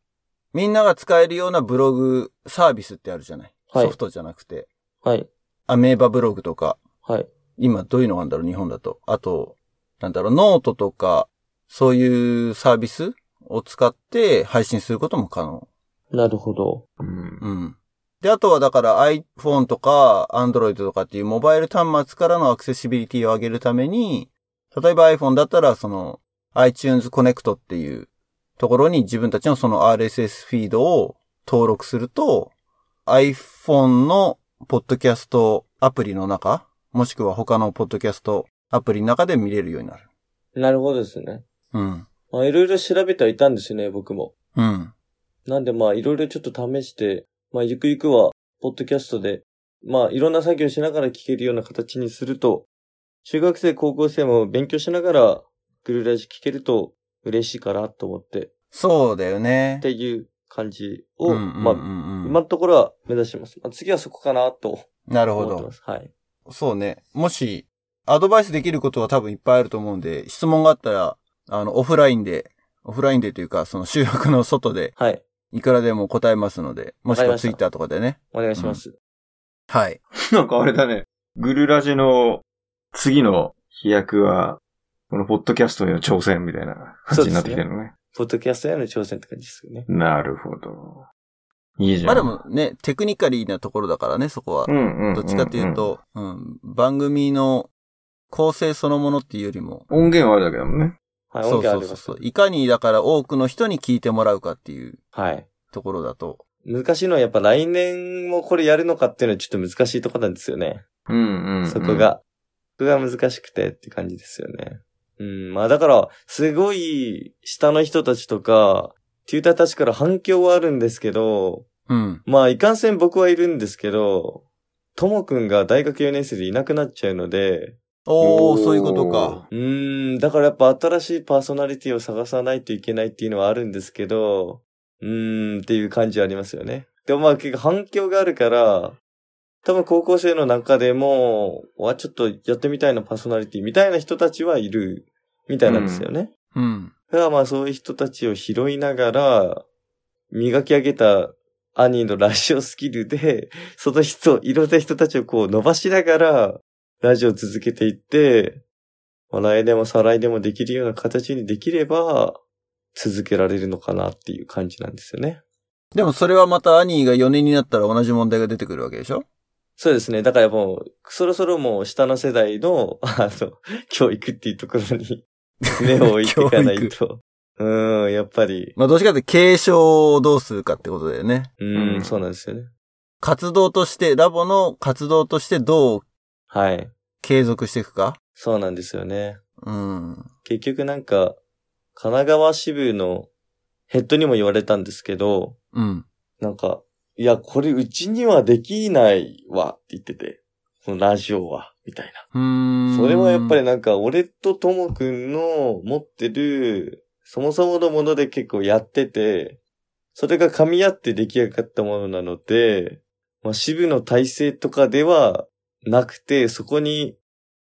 Speaker 1: みんなが使えるようなブログサービスってあるじゃない、
Speaker 3: はい
Speaker 1: ソフトじゃなくて。
Speaker 3: はい。
Speaker 1: アメーバブログとか、
Speaker 3: はい。
Speaker 1: 今どういうのがあるんだろう、日本だと。あと、なんだろう、ノートとか、そういうサービスを使って配信することも可能。
Speaker 3: なるほど。
Speaker 2: うん
Speaker 1: うん。で、あとはだから iPhone とか Android とかっていうモバイル端末からのアクセシビリティを上げるために、例えば iPhone だったらその iTunes Connect っていうところに自分たちのその RSS フィードを登録すると、iPhone のポッドキャストアプリの中、もしくは他のポッドキャストアプリの中で見れるようになる。
Speaker 3: なるほどですね。
Speaker 1: うん。
Speaker 3: まあいろいろ調べてはいたんですよね、僕も。
Speaker 1: うん。
Speaker 3: なんでまあいろいろちょっと試して、まあゆくゆくは、ポッドキャストで、まあいろんな作業しながら聞けるような形にすると、中学生、高校生も勉強しながら、グルラジ聞けると嬉しいかなと思って、
Speaker 1: そうだよね
Speaker 3: っ。ていう感じを、
Speaker 1: うんうん
Speaker 3: まあ
Speaker 1: うんうん
Speaker 3: 今のところは目指してます。まあ、次はそこかなと
Speaker 1: なるほ
Speaker 3: 思って
Speaker 1: ど
Speaker 3: ま。す。はい。
Speaker 1: そうね。もし、アドバイスできることは多分いっぱいあると思うんで、質問があったら、あの、オフラインで、オフラインでというか、その収録の外で、
Speaker 3: はい。
Speaker 1: いくらでも答えますので、もしく
Speaker 3: わかり
Speaker 1: は
Speaker 3: ました
Speaker 1: ツイッターとかでね。
Speaker 3: お願いします。
Speaker 1: はい。
Speaker 2: なんかあれだね。グルラジの次の飛躍は、このポッドキャストへの挑戦みたいな感じになってきてるのね。
Speaker 3: ポッドキャストへの挑戦って感じですよね。
Speaker 2: なるほど。いいじゃん。
Speaker 1: まあでもね、テクニカリーなところだからね、そこは
Speaker 2: う。んうんうんうん
Speaker 1: どっちかっていう。と、うん、番組の構成そのものっていうよりも、
Speaker 2: 音源はあれだけどもね。
Speaker 3: はい、
Speaker 1: そう
Speaker 3: 音源
Speaker 1: そう
Speaker 3: あり
Speaker 1: そ
Speaker 3: ま
Speaker 1: う
Speaker 3: す
Speaker 1: そう。。いかにだから多くの人に聞いてもらうかっていう
Speaker 3: はい。
Speaker 1: ところだと。
Speaker 3: 難しいのはやっぱ来年もこれやるのかっていうのはちょっと難しいとこなんですよね。
Speaker 2: うんうん、うん。
Speaker 3: そこ。が。そこが難しくてって感じですよね。うん、まあだから、すごい下の人たちとか、テューターたちから反響はあるんですけど、
Speaker 1: うん。
Speaker 3: まあいかんせん僕はいるんですけど、ともくんが大学4年生でいなくなっちゃうので、
Speaker 1: お
Speaker 2: お
Speaker 1: ー、
Speaker 2: ー
Speaker 1: そういうことか。
Speaker 3: うーん、だからやっぱ新しいパーソナリティを探さないといけないっていうのはあるんですけど、うーんっていう感じはありますよね。でもまあ結構反響があるから、多分高校生の中でも、わ、ちょっとやってみたいなパーソナリティみたいな人たちはいるみたいなんですよね。
Speaker 1: うん。
Speaker 3: だからまあそういう人たちを拾いながら、磨き上げた兄のラジオスキルで、 その人、いろんな人たちをこう伸ばしながら、ラジオを続けていって、まあ、来年も再来年もできるような形にできれば、続けられるのかなっていう感じなんですよね。
Speaker 1: でもそれはまた兄が4年になったら同じ問題が出てくるわけでしょ
Speaker 3: そうですね。だからもう、そろそろもう下の世代の、あの、 教育っていうところ に目を置いていかないと。うーん、やっぱり。
Speaker 1: まあ、どっちかって継承をどうするかってことだよね。
Speaker 3: うーん、
Speaker 2: うん
Speaker 3: そうなんですよね。
Speaker 1: 活動として、ラボの活動としてどう
Speaker 3: はい。
Speaker 1: 継続していくか
Speaker 3: そうなんですよね。
Speaker 1: うん。
Speaker 3: 結局なんか、神奈川支部のヘッドにも言われたんですけど、
Speaker 1: うん。
Speaker 3: なんか、いや、これうちにはできないわって言ってて、このラジオは、みたいう
Speaker 1: ー
Speaker 3: な。
Speaker 1: ん。
Speaker 3: それはやっぱり、なんか、俺とともくんの持ってる、そもそものもので結構やってて、それが噛み合って出来上がったものなので、まあ、支部の体制とかではなくて、そこに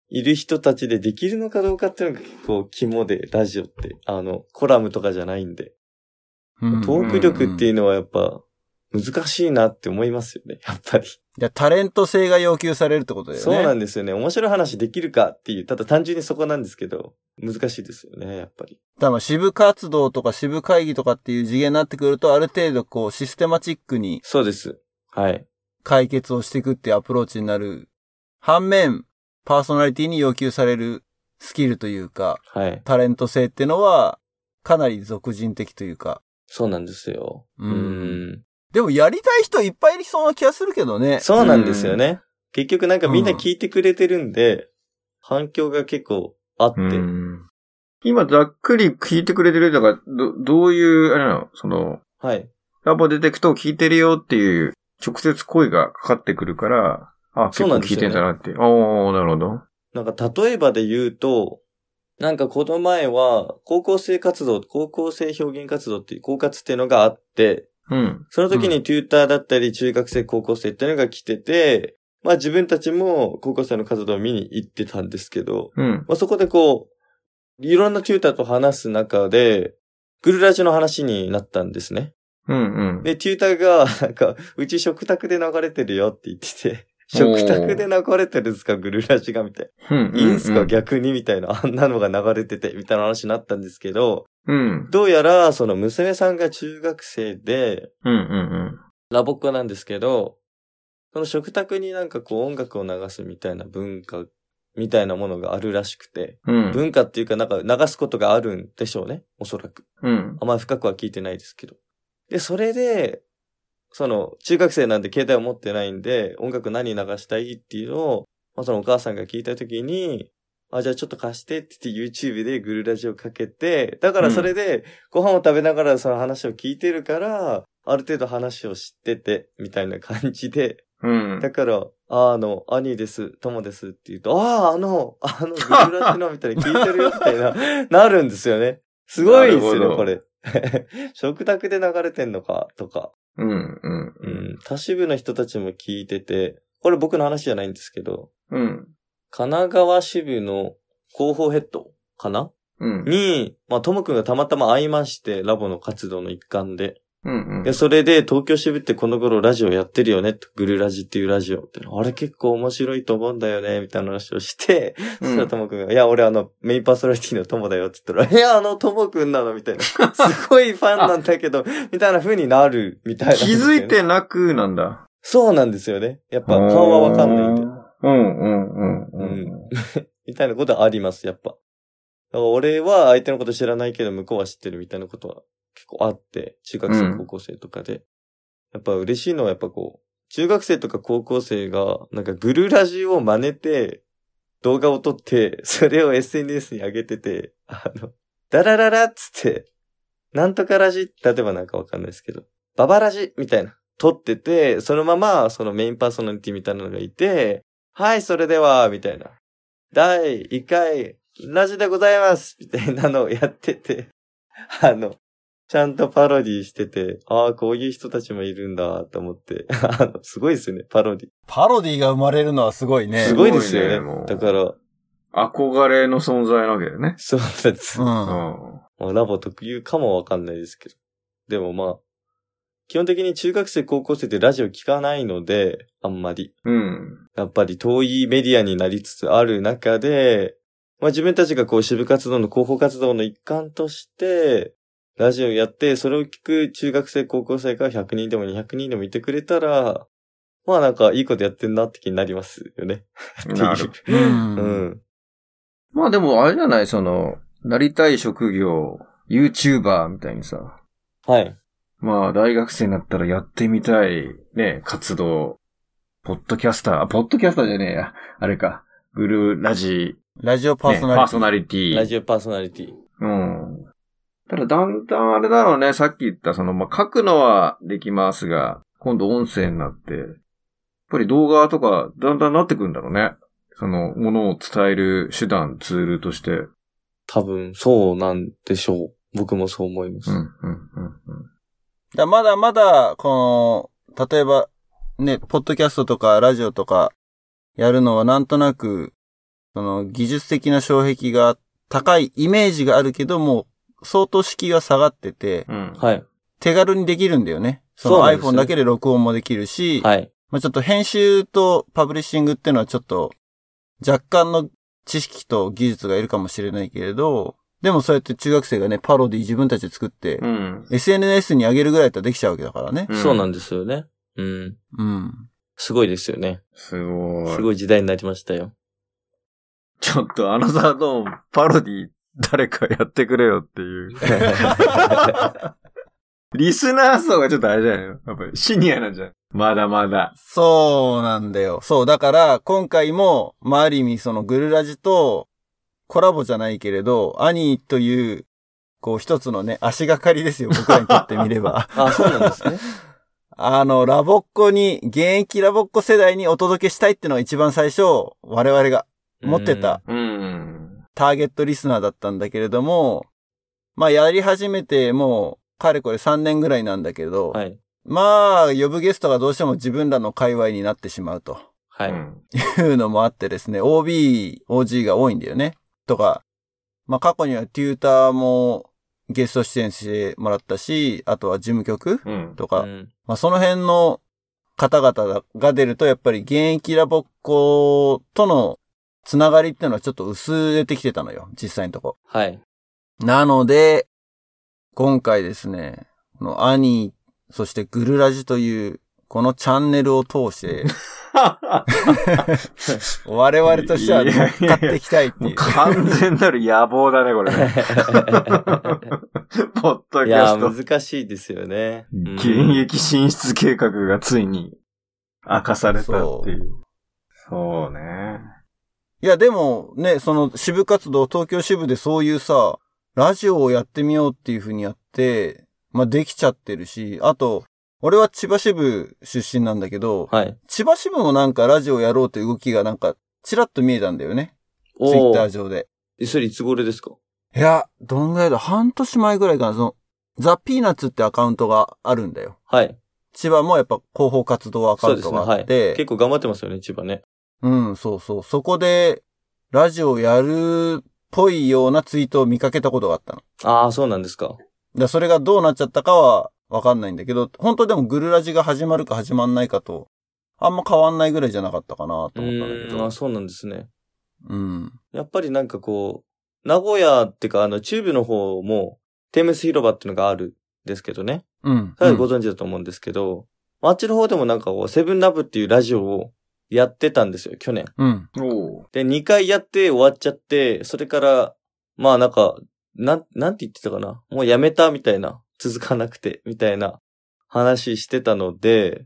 Speaker 3: いる人たちでできるのかどうかっていうのが結構肝で、ラジオって。あの、コラムとかじゃないんで。
Speaker 1: うん
Speaker 3: トーク力っていうのはやっぱ難しいなって思いますよね、やっぱり。
Speaker 1: じゃあタレント性が要求されるってことだよね。
Speaker 3: そうなんですよね。面白い話できるかっていう、ただ単純にそこなんですけど、難しいですよね、やっぱり。
Speaker 1: 多分支部活動とか支部会議とかっていう次元になってくると、ある程度こうシステマチックに
Speaker 3: そうです。はい。
Speaker 1: 解決をしていくっていうアプローチになる。反面、パーソナリティに要求されるスキルというか、
Speaker 3: はい。
Speaker 1: タレント性ってのは、かなり俗人的というか。
Speaker 3: そうなんですよ。
Speaker 1: う
Speaker 3: うんん。
Speaker 1: でもやりたい人いっぱいいりそうな気がするけどね。
Speaker 3: そうなんですよね。結局なんかみんな聞いてくれてるんで、反響が結構あって。
Speaker 2: うん今、ざっくり聞いてくれてるのが、ど、どういう、あれなのその、
Speaker 3: はい。
Speaker 2: ラボ出てくと聞いてるよっていう、直接声がかかってくるから、あ、結
Speaker 3: そう
Speaker 2: 構
Speaker 3: なんで
Speaker 2: 聞
Speaker 3: す
Speaker 2: いて
Speaker 3: よね
Speaker 2: んだなって。おー、なるほど。
Speaker 3: なんか例えばで言うと、なんかこの前は、高校生活動、高校生表現活動っていう、高活っていうのがあって、
Speaker 2: うん。
Speaker 3: その時にテューターだったり、中学生、高校生っていうのが来てて、まあ自分たちも高校生の活動を見に行ってたんですけど、
Speaker 2: うん。
Speaker 3: まあそこでこう、いろんなテューターと話す中で、グルラジの話になったんですね。
Speaker 2: うんうん。
Speaker 3: で、テューターが、なんか、うち食卓で流れてるよって言ってて、食卓で流れてるんですか、グルラジがみたいな。
Speaker 2: うん、
Speaker 3: いいんす
Speaker 2: う
Speaker 3: か
Speaker 2: ん
Speaker 3: 逆にみたいな、あんなのが流れてて、みたいな話になったんですけど、
Speaker 2: うん。
Speaker 3: どうやら、その娘さんが中学生で、
Speaker 2: うんうん
Speaker 3: ラボっ子なんですけど、その食卓になんかこう音楽を流すみたいな文化、みたいなものがあるらしくて、
Speaker 2: うん。うん。
Speaker 3: 文化っていうかなんか流すことがあるんでしょうね、おそらく。
Speaker 2: うん。
Speaker 3: あんまり深くは聞いてないですけど。で、それで、その、中学生なんで携帯を持ってないんで、音楽何流したいっていうのを、まあ、そのお母さんが聞いたときに、あ、じゃあちょっと貸してって言って YouTube でグルラジオかけて、だからそれでご飯を食べながらその話を聞いてるから、ある程度話を知ってて、みたいな感じで、
Speaker 2: うん。
Speaker 3: だから、あの、兄です、友ですって言うと、ああ、あの、あ の、グルラジのみたいな聞いてるよ、みたいな、なるんですよね。すごいです
Speaker 2: なる
Speaker 3: よね、
Speaker 2: ほ
Speaker 3: これ。 食卓で流れてんのか、とか。
Speaker 2: うんうん
Speaker 3: う。ん。他支部の人たちも聞いてて、これ僕の話じゃないんですけど、
Speaker 2: うん。
Speaker 3: 神奈川支部の広報ヘッドかな
Speaker 2: うん。
Speaker 3: に、まあ、ともくんがたまたま会いまして、ラボの活動の一環で。
Speaker 2: うん。
Speaker 3: で、それで東京支部ってこの頃ラジオやってるよねって、グルラジっていうラジオって、あれ結構面白いと思うんだよね、みたいな話をして、
Speaker 2: う
Speaker 3: そ
Speaker 2: ん
Speaker 3: したらともくんが、いや、俺あの、メインパーソナリティのともだよって言ったら、いや、あのともくんなの、みたいな。すごいファンなんだけど、みたいな風になる、みたいな、
Speaker 2: 気づいてなくなんだ。
Speaker 3: そうなんですよね。やっぱ顔はわかんないんで。
Speaker 2: うんうんうんうん。
Speaker 3: みたいなことはあります、やっぱ。だから俺は相手のこと知らないけど、向こうは知ってるみたいなことは結構あって、中学
Speaker 2: う
Speaker 3: 生、
Speaker 2: ん
Speaker 3: 高校生とかで。やっぱ嬉しいのはやっぱこう、中学生とか高校生が、なんかグルラジを真似て、動画を撮って、それを SNS に上げてて、あの、ダラララっつって、なんとかラジ、例えばなんかわかんないですけど、ババラジみたいな、撮ってて、そのまま、そのメインパーソナリティみたいなのがいて、はい、それでは、みたいな。第1回、ラジでございますみたいなのをやってて、あの、ちゃんとパロディしてて、ああ、こういう人たちもいるんだ、と思って、あの、すごいですよね、パロディ。
Speaker 1: パロディが生まれるのはすごいね。
Speaker 3: すごいですよね。
Speaker 2: すごいねもう
Speaker 3: だから、
Speaker 2: 憧れの存在なわけだよね。
Speaker 3: そうなんです。
Speaker 2: う
Speaker 1: うん。
Speaker 2: ん。
Speaker 3: まあ、ラボ特有かもわかんないですけど。でもまあ、基本的に中学生、高校生ってラジオ聞かないので、あんまり。
Speaker 2: うん。
Speaker 3: やっぱり遠いメディアになりつつある中で、まあ自分たちがこう支部活動の広報活動の一環として、ラジオやって、それを聞く中学生、高校生が100人でも200人でもいてくれたら、まあなんかいいことやってんなって気になりますよね。って
Speaker 2: なる
Speaker 3: いうう。
Speaker 1: ん。
Speaker 3: うん。
Speaker 2: まあでも、あれじゃない、その、なりたい職業、YouTuber みたいにさ、
Speaker 3: はい。
Speaker 2: まあ大学生になったらやってみたい、ね、活動、ポッドキャスター、あ、ポッドキャスターじゃねえや、あれか、グルラジ、
Speaker 1: ラジオパー
Speaker 2: ね
Speaker 1: ソナリティ。
Speaker 2: ティ
Speaker 3: ラジオパーソナリティ。
Speaker 2: うん。ただ、だんだんあれだろうね、さっき言った、その、まあ、書くのはできますが、今度音声になって、やっぱり動画とか、だんだんなってくんだろうね。その、ものを伝える手段、ツールとして。うん、
Speaker 3: 多分、そうなんでしょう。僕もそう思います。
Speaker 2: うん、うん、
Speaker 1: だまだまだ、この、例えば、ね、ポッドキャストとかラジオとか、やるのはなんとなく、その、技術的な障壁が高いイメージがあるけども、相当敷居は下がってて、
Speaker 2: うん。うん。
Speaker 3: はい。
Speaker 1: 手軽にできるんだよね。そ
Speaker 3: そう
Speaker 1: の
Speaker 3: なんですよ
Speaker 1: iPhone だけで録音もできるし、
Speaker 3: はい。
Speaker 1: まあちょっと編集とパブリッシングっていうのはちょっと若干の知識と技術がいるかもしれないけれど、でもそうやって中学生がね、パロディ自分たちで作って、
Speaker 2: うん。
Speaker 1: SNS に上げるぐらいだったらできちゃうわけだからね。
Speaker 3: そうなんんですよね。うん。
Speaker 1: うん。
Speaker 3: すごいですよね。
Speaker 2: すごい。
Speaker 3: すごい時代になりましたよ。。
Speaker 2: ちょっと、アナザードーン、パロディ、誰かやってくれよって いう。リスナー層がちょっとあれじゃないのやっぱり、シニアなんじゃないまだまだ。
Speaker 1: そうなんだよ。そう、だから、今回も、まあ、ある意味、その、グルラジと、コラボじゃないけれど、アニーという、こう、一つのね、足がかりですよ、僕らにとってみれば
Speaker 3: あ、そうなんですね。
Speaker 1: あの、ラボっ子に、現役ラボっ子世代にお届けしたいってのが一番最初、我々が持ってた
Speaker 2: うん。
Speaker 1: ターゲットリスナーだったんだけれども、まあ、やり始めて、もう、かれこれ3年ぐらいなんだけど、
Speaker 3: うん。はい。
Speaker 1: まあ、呼ぶゲストがどうしても自分らの界隈になってしまうと。
Speaker 3: はい。
Speaker 2: うん
Speaker 1: いうのもあってですね、OB、OG が多いんだよね。とか、まあ過去にはテューターもゲスト出演してもらったし、あとは事務局
Speaker 2: うん。
Speaker 1: と
Speaker 3: う
Speaker 1: か、
Speaker 3: ん
Speaker 1: まあその辺の方々が出ると、やっぱり現役ラボっ子とのつながりっていうのはちょっと薄れてきてたのよ、実際のとこ。
Speaker 3: はい。
Speaker 1: なので、今回ですね、このアニー、そしてグルラジという、このチャンネルを通 して、我々としては乗っかっていきたいって
Speaker 2: も
Speaker 1: いうう。
Speaker 2: 完全なる野望だね、これ ね。ポッド
Speaker 3: い
Speaker 2: キャ
Speaker 3: や
Speaker 2: スト
Speaker 3: ー、。難しいですよね。うん
Speaker 2: 現役進出計画がついに明かされたっていう。そうね。
Speaker 1: いや、でもね、その支部活動、東京支部でそういうさ、ラジオをやってみようっていう風にやって、まあ、できちゃってるし、あと、俺は千葉支部出身なんだけど、
Speaker 3: はい。
Speaker 1: 千葉支部もなんかラジオやろうという動きがなんか、ちらっと見えたんだよね。ツイ
Speaker 3: お
Speaker 1: ッター
Speaker 3: ー
Speaker 1: 上で。
Speaker 3: えそれいつ頃ですか
Speaker 1: いや、どんぐらいだ半年前ぐらいかな、その、ザ・ピーナッツってアカウントがあるんだよ。
Speaker 3: はい。
Speaker 1: 千葉もやっぱ広報活動アカ
Speaker 3: そ
Speaker 1: ウ
Speaker 3: う
Speaker 1: ン
Speaker 3: です
Speaker 1: ト
Speaker 3: ね。
Speaker 1: が
Speaker 3: は
Speaker 1: あ
Speaker 3: い
Speaker 1: っ。て、
Speaker 3: 結構頑張ってますよね、千葉ね。
Speaker 1: うん、そうそう。そこで、ラジオやるっぽいようなツイートを見かけたことがあったの。だか
Speaker 3: ああ、そうなんですか。
Speaker 1: らそれがどうなっちゃったかはわかんないんだけど、本当でもグルラジが始まるか始まんないかと、あんま変わんないぐらいじゃなかったかな
Speaker 3: う
Speaker 1: と思ったんだけ
Speaker 3: ーん、
Speaker 1: ど
Speaker 3: あ。そうなんですね。
Speaker 1: うん。
Speaker 3: やっぱりなんかこう、名古屋ってか、あの、中部の方も、テームス広場っていうのがあるんですけどね。
Speaker 1: うん。
Speaker 3: ただ
Speaker 1: う
Speaker 3: ご
Speaker 1: ん
Speaker 3: 存知だと思うんですけど、あっちの方でもなんかこう、セブンラブっていうラジオをやってたんですよ、去年。
Speaker 1: うん。
Speaker 2: お
Speaker 3: で、2回やって終わっちゃって、それから、まあなんか、なん、なんて言ってたかな。もうやめたみたいな。続かなくて、みたいな話してたので、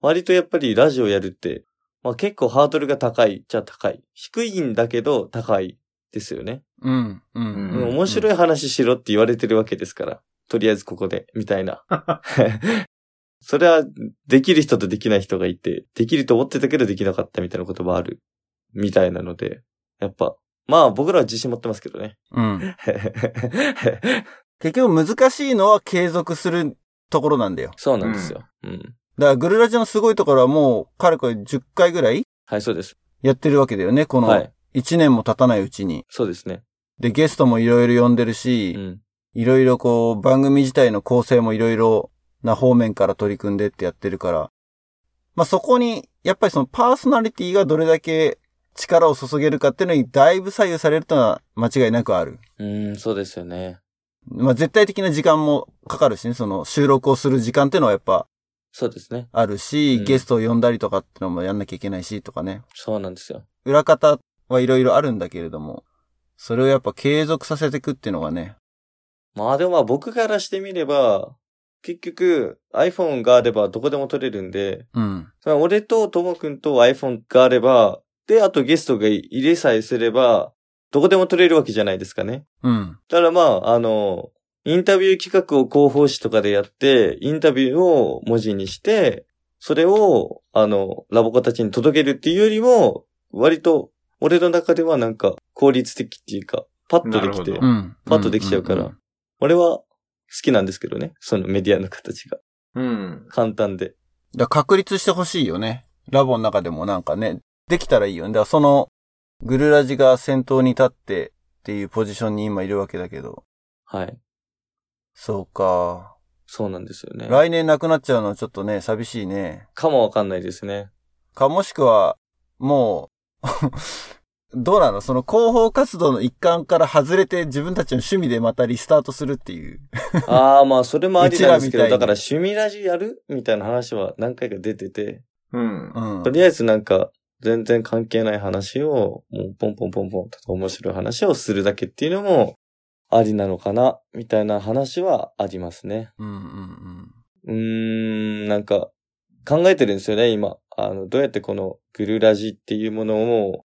Speaker 3: 割とやっぱりラジオやるって、まあ結構ハードルが高いじゃ高い。低いんだけど高いですよね。
Speaker 1: うん。うん。
Speaker 2: うん
Speaker 3: 面白い話しろって言われてるわけですから。とりあえずここで、みたいな。 それは、できる人とできない人がいて、できると思ってたけどできなかったみたいなこともある。みたいなので、やっぱ、まあ僕らは自信持ってますけどね。
Speaker 1: うん。結局難しいのは継続するところなんだよ。
Speaker 3: そうなんですよ。うん。
Speaker 1: だからグルラジのすごいところはもう、かれこれ10回ぐらい
Speaker 3: はい、そうです。
Speaker 1: やってるわけだよね。こ
Speaker 3: は
Speaker 1: の
Speaker 3: い。
Speaker 1: 1年も経たないうちに。
Speaker 3: そうですね。
Speaker 1: で、ゲストもいろいろ呼んでるし、
Speaker 3: うん。
Speaker 1: いろいろこう、番組自体の構成もいろいろな方面から取り組んでってやってるから、まあそこに、やっぱりそのパーソナリティがどれだけ力を注げるかっていうのにだいぶ左右されるというのは間違いなくある。
Speaker 3: うん、そうですよね。
Speaker 1: まあ絶対的な時間もかかるしね、その収録をする時間っていうのはやっぱ
Speaker 3: そうですね。
Speaker 1: あるし、
Speaker 3: うん
Speaker 1: ゲストを呼んだりとかってのもやんなきゃいけないしとかね。
Speaker 3: そうなんですよ。
Speaker 1: 裏方はいろいろあるんだけれども、それをやっぱ継続させていくっていうのがね、
Speaker 3: まあでもまあ僕からしてみれば、結局 iPhone があればどこでも撮れるんで、
Speaker 1: うん。
Speaker 3: その俺とともくんと iPhone があれば、で、あとゲストが入れさえすれば、どこでも撮れるわけじゃないですかね。
Speaker 1: うん。
Speaker 3: だからまあ、あの、インタビュー企画を広報誌とかでやって、インタビューを文字にして、それを、あの、ラボ子たちに届けるっていうよりも、割と、俺の中ではなんか、効率的っていうか、パッとでき
Speaker 2: な
Speaker 3: て
Speaker 2: るほど、
Speaker 1: うん。
Speaker 3: パッとできちゃうから
Speaker 1: んんん
Speaker 3: 俺は好きなんですけどね。そのメディアの形が。
Speaker 2: うん。
Speaker 3: 簡単で。
Speaker 1: だから確立してほしいよね。ラボの中でもなんかね、できたらいいよね。だからその、グルラジが先頭に立ってっていうポジションに今いるわけだけど。
Speaker 3: はい。
Speaker 1: そうか。
Speaker 3: そうなんですよね。
Speaker 1: 来年なくなっちゃうのはちょっとね、寂しいね。
Speaker 3: かもわかんないですね。
Speaker 1: か、もしくは、もう、 どうなのその広報活動の一環から外れて自分たちの趣味でまたリスタートするっていう。
Speaker 3: ああ、まあ、それもありなんですけ
Speaker 1: うちらみたい
Speaker 3: ど、
Speaker 1: に
Speaker 3: だから趣味ラジやるみたいな話は何回か出てて、
Speaker 2: うん。
Speaker 1: うん
Speaker 3: と。りあえずなんか、全然関係ない話を、もうポンポンポンポンと面白い話をするだけっていうのも、ありなのかなみたいな話はありますね。
Speaker 1: うんうん
Speaker 3: うーん、なんか、考えてるんですよね、今。あの、どうやってこのグルラジっていうものを、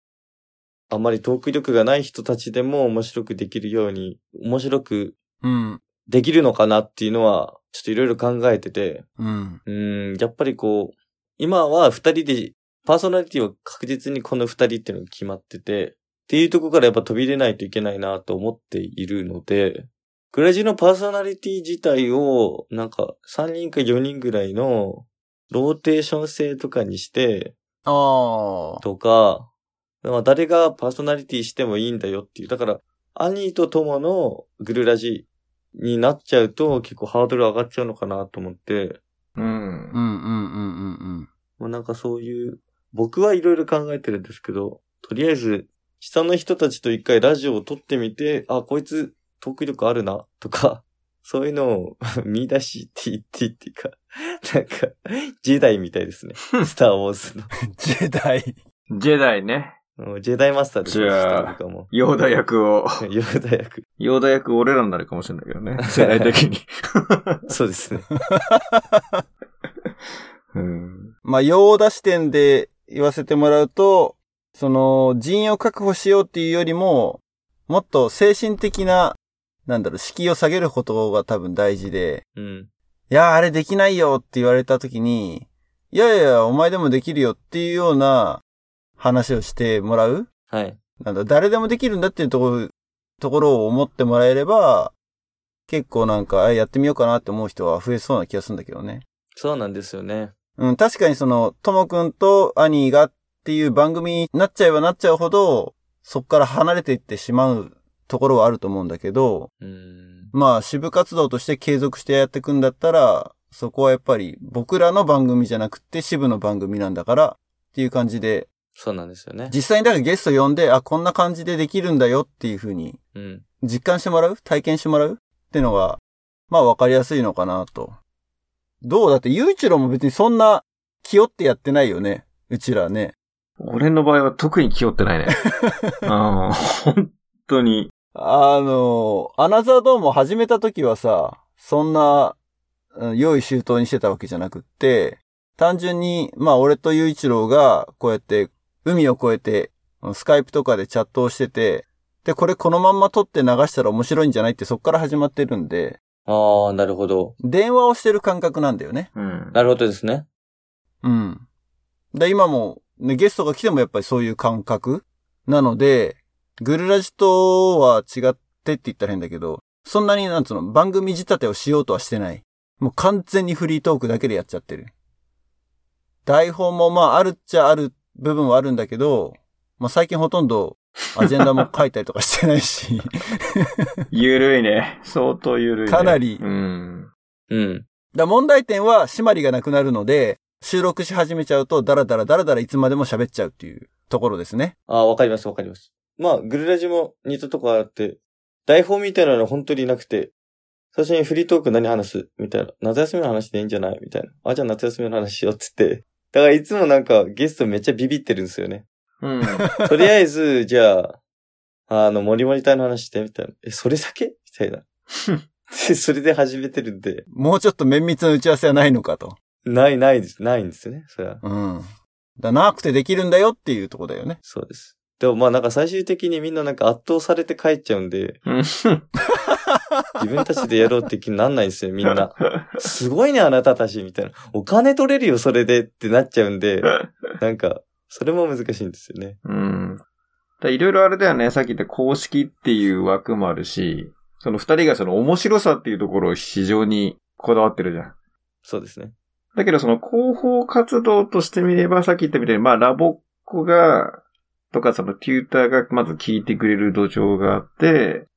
Speaker 3: あまりトーク力がない人たちでも面白くできるように、面白く
Speaker 1: うん。うん。
Speaker 3: できるのかなっていうのは、ちょっといろいろ考えてて、
Speaker 1: うん。
Speaker 3: うーん、やっぱりこう、今は二人で、パーソナリティは確実にこの二人っていうのが決まってて、っていうところからやっぱ飛び出ないといけないなと思っているので、グラジのパーソナリティ自体を、なんか3人か4人ぐらいのローテーション制とかにして、
Speaker 1: ああ。
Speaker 3: とか、まあ、誰がパーソナリティしてもいいんだよっていう。だから、アニーとトモのグルラジになっちゃうと結構ハードル上がっちゃうのかなと思って、
Speaker 2: うん
Speaker 1: う。んうんうんうんうん。
Speaker 3: もうなんかそういう、僕はいろいろ考えてるんですけど、とりあえず、下の人たちと一回ラジオを撮ってみて、あ、こいつ、トーク力あるな、とか、 そういうのを 見出していってっていうか、 なんか、ジェダイみた いですね。スターウォーズ
Speaker 1: ジェダイ。
Speaker 2: ジェダイね。
Speaker 3: の。もうジェダイマスターですね
Speaker 2: じゃあ
Speaker 3: 僕はも
Speaker 2: ヨーダ役を。
Speaker 3: う。 ヨーダ役。
Speaker 2: ヨーダ役俺らになるかもしれないけど ね。世代的に。
Speaker 3: そうですね。
Speaker 2: うん。
Speaker 1: まあ、用出視点で言わせてもらうと、その、人員を確保しようっていうよりも、もっと精神的な、なんだろう、敷居を下げることが多分大事で、
Speaker 3: うん。
Speaker 1: いやー、あれできないよって言われた時に、いやいや、お前でもできるよっていうような話をしてもらう
Speaker 3: はい。
Speaker 1: なんだ、誰でもできるんだっていうところ、ところを思ってもらえれば、結構なんか、あやってみようかなって思う人は増えそうな気がするんだけどね。
Speaker 3: そうなんですよね。
Speaker 1: うん、確かにその、ともくんとアニーがっていう番組になっちゃえばなっちゃうほど、そこから離れていってしまうところはあると思うんだけど、
Speaker 3: うん。
Speaker 1: まあ、支部活動として継続してやっていくんだったら、そこはやっぱり僕らの番組じゃなくて支部の番組なんだからっていう感じで、
Speaker 3: そうなんですよね。
Speaker 1: 実際にだからゲスト呼んで、あ、こんな感じでできるんだよっていうふうに
Speaker 3: うん。
Speaker 1: 実感してもらう体験してもらうってのが、まあ分かりやすいのかなと。どうだって、ゆういちろうも別にそんな気負ってやってないよね。うちらね。
Speaker 2: 俺の場合は特に気負ってない ね。うん。本当に。
Speaker 1: あの、アナザードームを始めた時はさ、そんな、うん用意周到にしてたわけじゃなくって、単純に、まあ俺とゆういちろうが、こうやって、海を越えて、スカイプとかでチャットをしてて、で、これこのまんま撮って流したら面白いんじゃないってそっから始まってるんで、
Speaker 3: ああ、なるほど。
Speaker 1: 電話をしてる感覚なんだよね。
Speaker 2: うん。
Speaker 3: なるほどですね。
Speaker 1: うん。で、今も、ね、ゲストが来てもやっぱりそういう感覚なので、グルラジとは違ってって言ったら変だけど、そんなになんつうの、番組仕立てをしようとはしてない。もう完全にフリートークだけでやっちゃってる。台本もまああるっちゃある部分はあるんだけど、まあ最近ほとんどアジェンダも書いたりとかしてないし、
Speaker 2: ゆるいね。相当ゆるい、ね。
Speaker 1: かなり
Speaker 2: うん。
Speaker 3: うん。
Speaker 1: だから問題点は締まりがなくなるので、収録し始めちゃうとダラダラダラダラいつまでも喋っちゃうっていうところですね。
Speaker 3: ああ、わかりますわかります。まあ、グルラジも似たとこあって、台本みたいなの本当になくて、最初にフリートーク何話すみたいな。夏休みの話でいいんじゃないみたいな。あ、じゃあ夏休みの話しようっつって。だからいつもなんかゲストめっちゃビビってるんですよね。
Speaker 2: うん。
Speaker 3: とりあえず、 じゃあ、あの、モリモリ隊の話して、みたいな。え、それだけみたいな。でそれで始めてるんで、
Speaker 1: もうちょっと綿密な打ち合わせはないのかと。
Speaker 3: ないないです、ないんですよね、それは。
Speaker 1: うん。だなくてできるんだよっていうところだよね。
Speaker 3: そうです。でもまあなんか最終的にみんななんか圧倒されて帰っちゃうんで、
Speaker 2: うん
Speaker 3: 自分たちでやろうって気になんないんですよ、 みんな。すごいね、あなたたち、みたいな。お金取れるよ、それでってなっちゃうんで、なんか、それも難しいんですよね。
Speaker 2: うん。だいろいろあれだよね。さっき言った公式っていう枠もあるし、その二人がその面白さっていうところを非常にこだわってるじゃん。
Speaker 3: そうですね。
Speaker 2: だけどその広報活動としてみれば、さっき言ったみたいに、まあラボっ子が、とかそのテューターがまず聞いてくれる土壌があって、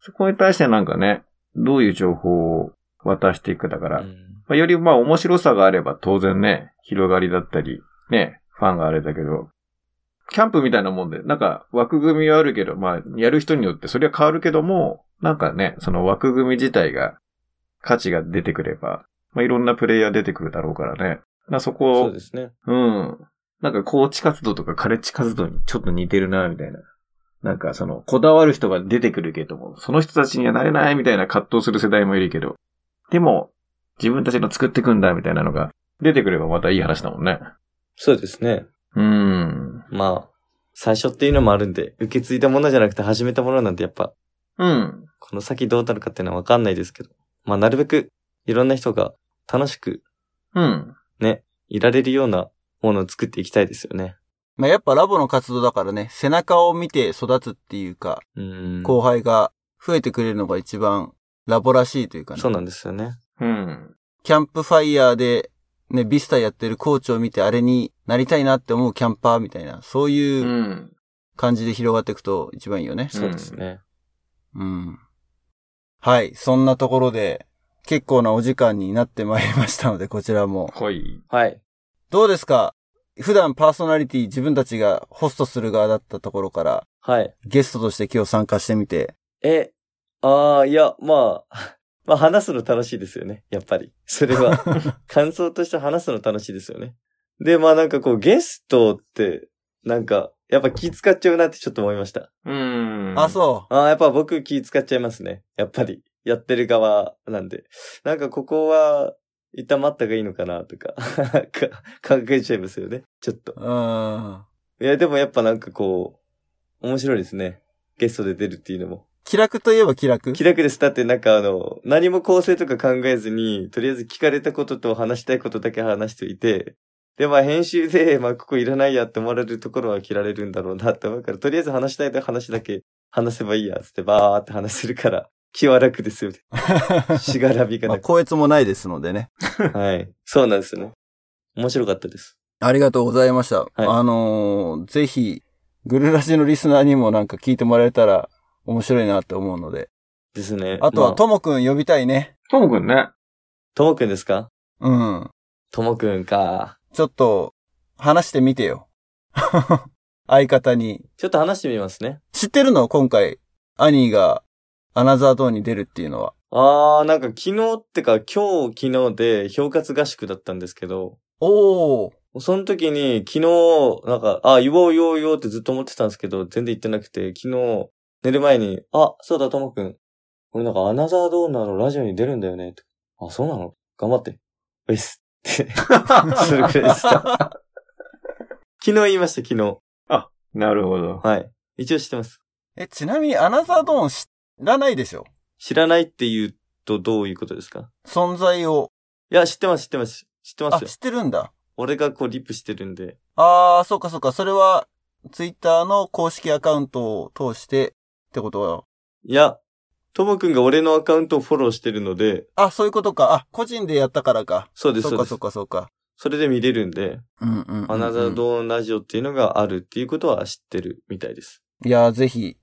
Speaker 2: そこに対してなんかね、どういう情報を渡していくだから、
Speaker 3: う
Speaker 2: ま
Speaker 3: ん
Speaker 2: あ、よりまあ面白さがあれば当然ね、広がりだったり、ね、ファンがあれだけど、キャンプみたいなもんで、なんか枠組みはあるけど、まあやる人によってそれは変わるけども、なんかね、その枠組み自体が価値が出てくれば、まあいろんなプレイヤー出てくるだろうからね。なそこ
Speaker 3: そ
Speaker 2: を
Speaker 3: うですね。
Speaker 2: うん。なんかコーチ活動とかカレッジ活動にちょっと似てるな、みたいな。なんかその、こだわる人が出てくるけども、その人たちにはなれないみたいな葛藤する世代もいるけど、でも、自分たちの作ってくんだ、みたいなのが出てくればまたいい話だもんね。
Speaker 3: そうですね。
Speaker 2: うん。
Speaker 3: まあ、最初っていうのもあるんで、受け継いだものじゃなくて始めたものなんてやっぱ、
Speaker 2: うん。
Speaker 3: この先どうなるかっていうのはわかんないですけど、まあなるべくいろんな人が楽しく
Speaker 2: うん。
Speaker 3: いられるようなものを作っていきたいですよね。
Speaker 1: まあ、やっぱラボの活動だからね、背中を見て育つっていうか、
Speaker 3: うん。
Speaker 1: 後輩が増えてくれるのが一番ラボらしいというかね
Speaker 3: そ。うなんですよね。
Speaker 2: うん。
Speaker 1: キャンプファイヤーで、ね、ビスタやってるコーチを見てあれになりたいなって思うキャンパーみたいな、そう
Speaker 2: う。
Speaker 1: いうん感じで広がっていくと一番いいよね。
Speaker 3: そうですね。
Speaker 1: うん。はい、そんなところで、結構なお時間になってまいりましたので、こちらも。
Speaker 2: ほい。
Speaker 3: はい。
Speaker 1: どうですか普段パーソナリティ自分たちがホストする側だったところから、
Speaker 3: はい。
Speaker 1: ゲストとして今日参加してみて、
Speaker 3: え、ああ、いや、まあ、 まあ話すの楽しいですよね。やっぱり。それは、感想として話すの楽しいですよね。で、まあなんかこうゲストって、なんか、やっぱ気使っちゃうなってちょっと思いました。
Speaker 2: うん。
Speaker 1: あ、そう。
Speaker 3: ああ、やっぱ僕気使っちゃいますね。やっぱり、やってる側なんで。なんかここは、一旦待った方がいいのかなとか、か考えちゃいますよね。ちょっと。
Speaker 1: うーん。
Speaker 3: いや、でもやっぱなんかこう、面白いですね。ゲストで出るっていうのも。
Speaker 1: 気楽といえば気楽
Speaker 3: 気楽です。だってなんかあの、何も構成とか考えずに、とりあえず聞かれたことと話したいことだけ話しておいて、で、まあ編集で、まあここいらないやって思われるところは切られるんだろうなって思うから、とりあえず話したい話だけ話せばいいや、つってばーって話せるから、 気は楽で すよね。しがらみが
Speaker 1: まあ、
Speaker 3: なく。
Speaker 1: 高越もないですのでね。
Speaker 3: はい。そうなんですよね。面白かったです。
Speaker 1: ありがとうございました。あのーぜひ、グルラジのリスナーにもなんか聞いてもらえたら面白いなって思うので。
Speaker 3: ですね。
Speaker 1: あとは、
Speaker 3: まあ
Speaker 1: ともくん呼びたいね。
Speaker 2: ともく んね。
Speaker 3: ともくんですか
Speaker 1: うん。
Speaker 3: ともくんか。
Speaker 1: ちょっと、話してみてよ。 相方に。
Speaker 3: ちょっと話してみますね。
Speaker 1: 知ってるの今回、アニーが、アナザードーンに出るっていうのは。
Speaker 3: あー、なんか昨日ってか今日昨日で評価合宿だったんですけど、
Speaker 1: おー。
Speaker 3: その時に、昨日、なんか、あ、言おう言おう言おうってずっと思ってたんですけど、全然言ってなくて、昨日、寝る前に、あ、そうだ、ともくん。俺なんか、アナザードーナーのラジオに出るんだよね。とあ、そうなの頑張って。ういっす。って、 それくらいでした。昨日言いました、昨日。
Speaker 2: なるほど。
Speaker 3: はい。一応知ってます。
Speaker 1: え、ちなみにアナザードーン知らないでしょ
Speaker 3: 知らないって言うとどういうことですか
Speaker 1: 存在を。
Speaker 3: いや、知ってます、知ってます。知ってま
Speaker 1: あ、
Speaker 3: すよ
Speaker 1: 知。ってるんだ。
Speaker 3: 俺がこう、リップしてるんで。
Speaker 1: あー、そうかそうか。それは、ツイッターの公式アカウントを通してってことは。
Speaker 3: いや、ともくんが俺のアカウントをフォローしてるので、
Speaker 1: あ、そういうことか。あ、個人でやったからか。
Speaker 3: そうです、
Speaker 1: そ
Speaker 3: そううで
Speaker 1: か
Speaker 3: す
Speaker 1: そ。うかそうか。
Speaker 3: それで見れるんで、
Speaker 1: うんうんうんうん
Speaker 3: アナザードーンラジオっていうのがあるっていうことは知ってるみたいです。
Speaker 1: いやー、ぜひ、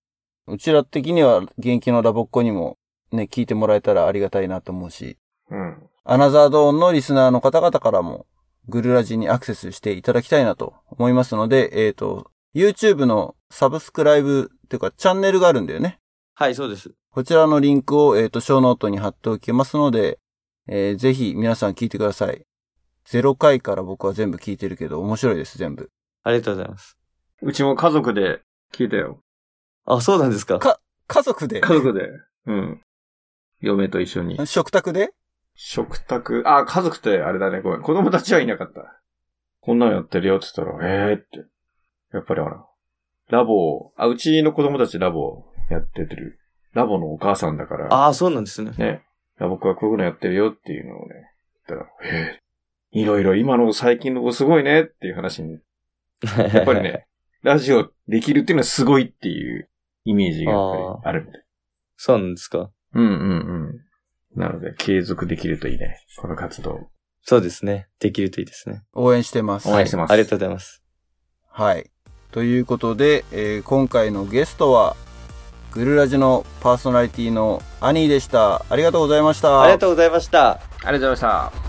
Speaker 1: うちら的には現役のラボっ子にもね、聞いてもらえたらありがたいなと思うし、
Speaker 2: うん。
Speaker 1: アナザードーンのリスナーの方々からも、グルラジにアクセスしていただきたいなと思いますので、えっ、と、YouTube のサブスクライブっていうかチャンネルがあるんだよね。
Speaker 3: はい、そうです。
Speaker 1: こちらのリンクを、えっ、と、ショーノートに貼っておきますので、えーぜひ皆さん聞いてください。0回から僕は全部聞いてるけど、面白いです、全部。
Speaker 3: ありがとうございます。
Speaker 2: うちも家族で聞いたよ。
Speaker 3: あ、そうなんですか。
Speaker 1: か家族 で
Speaker 2: 家族で。うん。嫁と一緒に。
Speaker 1: 食卓で
Speaker 2: 食卓、あ、家族ってあれだね、ごめん。子供たちはいなかった。こんなのやってるよって言ったら、えーって。やっぱりほら、ラボを、あ、うちの子供たちラボをやっててる。ラボのお母さんだから、
Speaker 3: ああ、そうなんですね。
Speaker 2: ね。ラボっ子はこういうのやってるよっていうのをね、言ったら、えー、いろいろ今の最近の子すごいねっていう話に、
Speaker 3: や
Speaker 2: やっぱり。ね、ラジオできるっていうのはすごいっていうイメージがやっぱりあるみたい。
Speaker 3: そうなんですか。
Speaker 2: うんうんうん。なので、継続できるといいね。この活動。
Speaker 3: そうですね。できるといいですね。
Speaker 1: 応援してます。
Speaker 2: 応援してます。
Speaker 3: ありがとうございます。
Speaker 1: はい。ということで、えー今回のゲストは、ぐるラジのパーソナリティのアニーでした。ありがとうございました。
Speaker 3: ありがとうございました。
Speaker 2: ありがとうございました。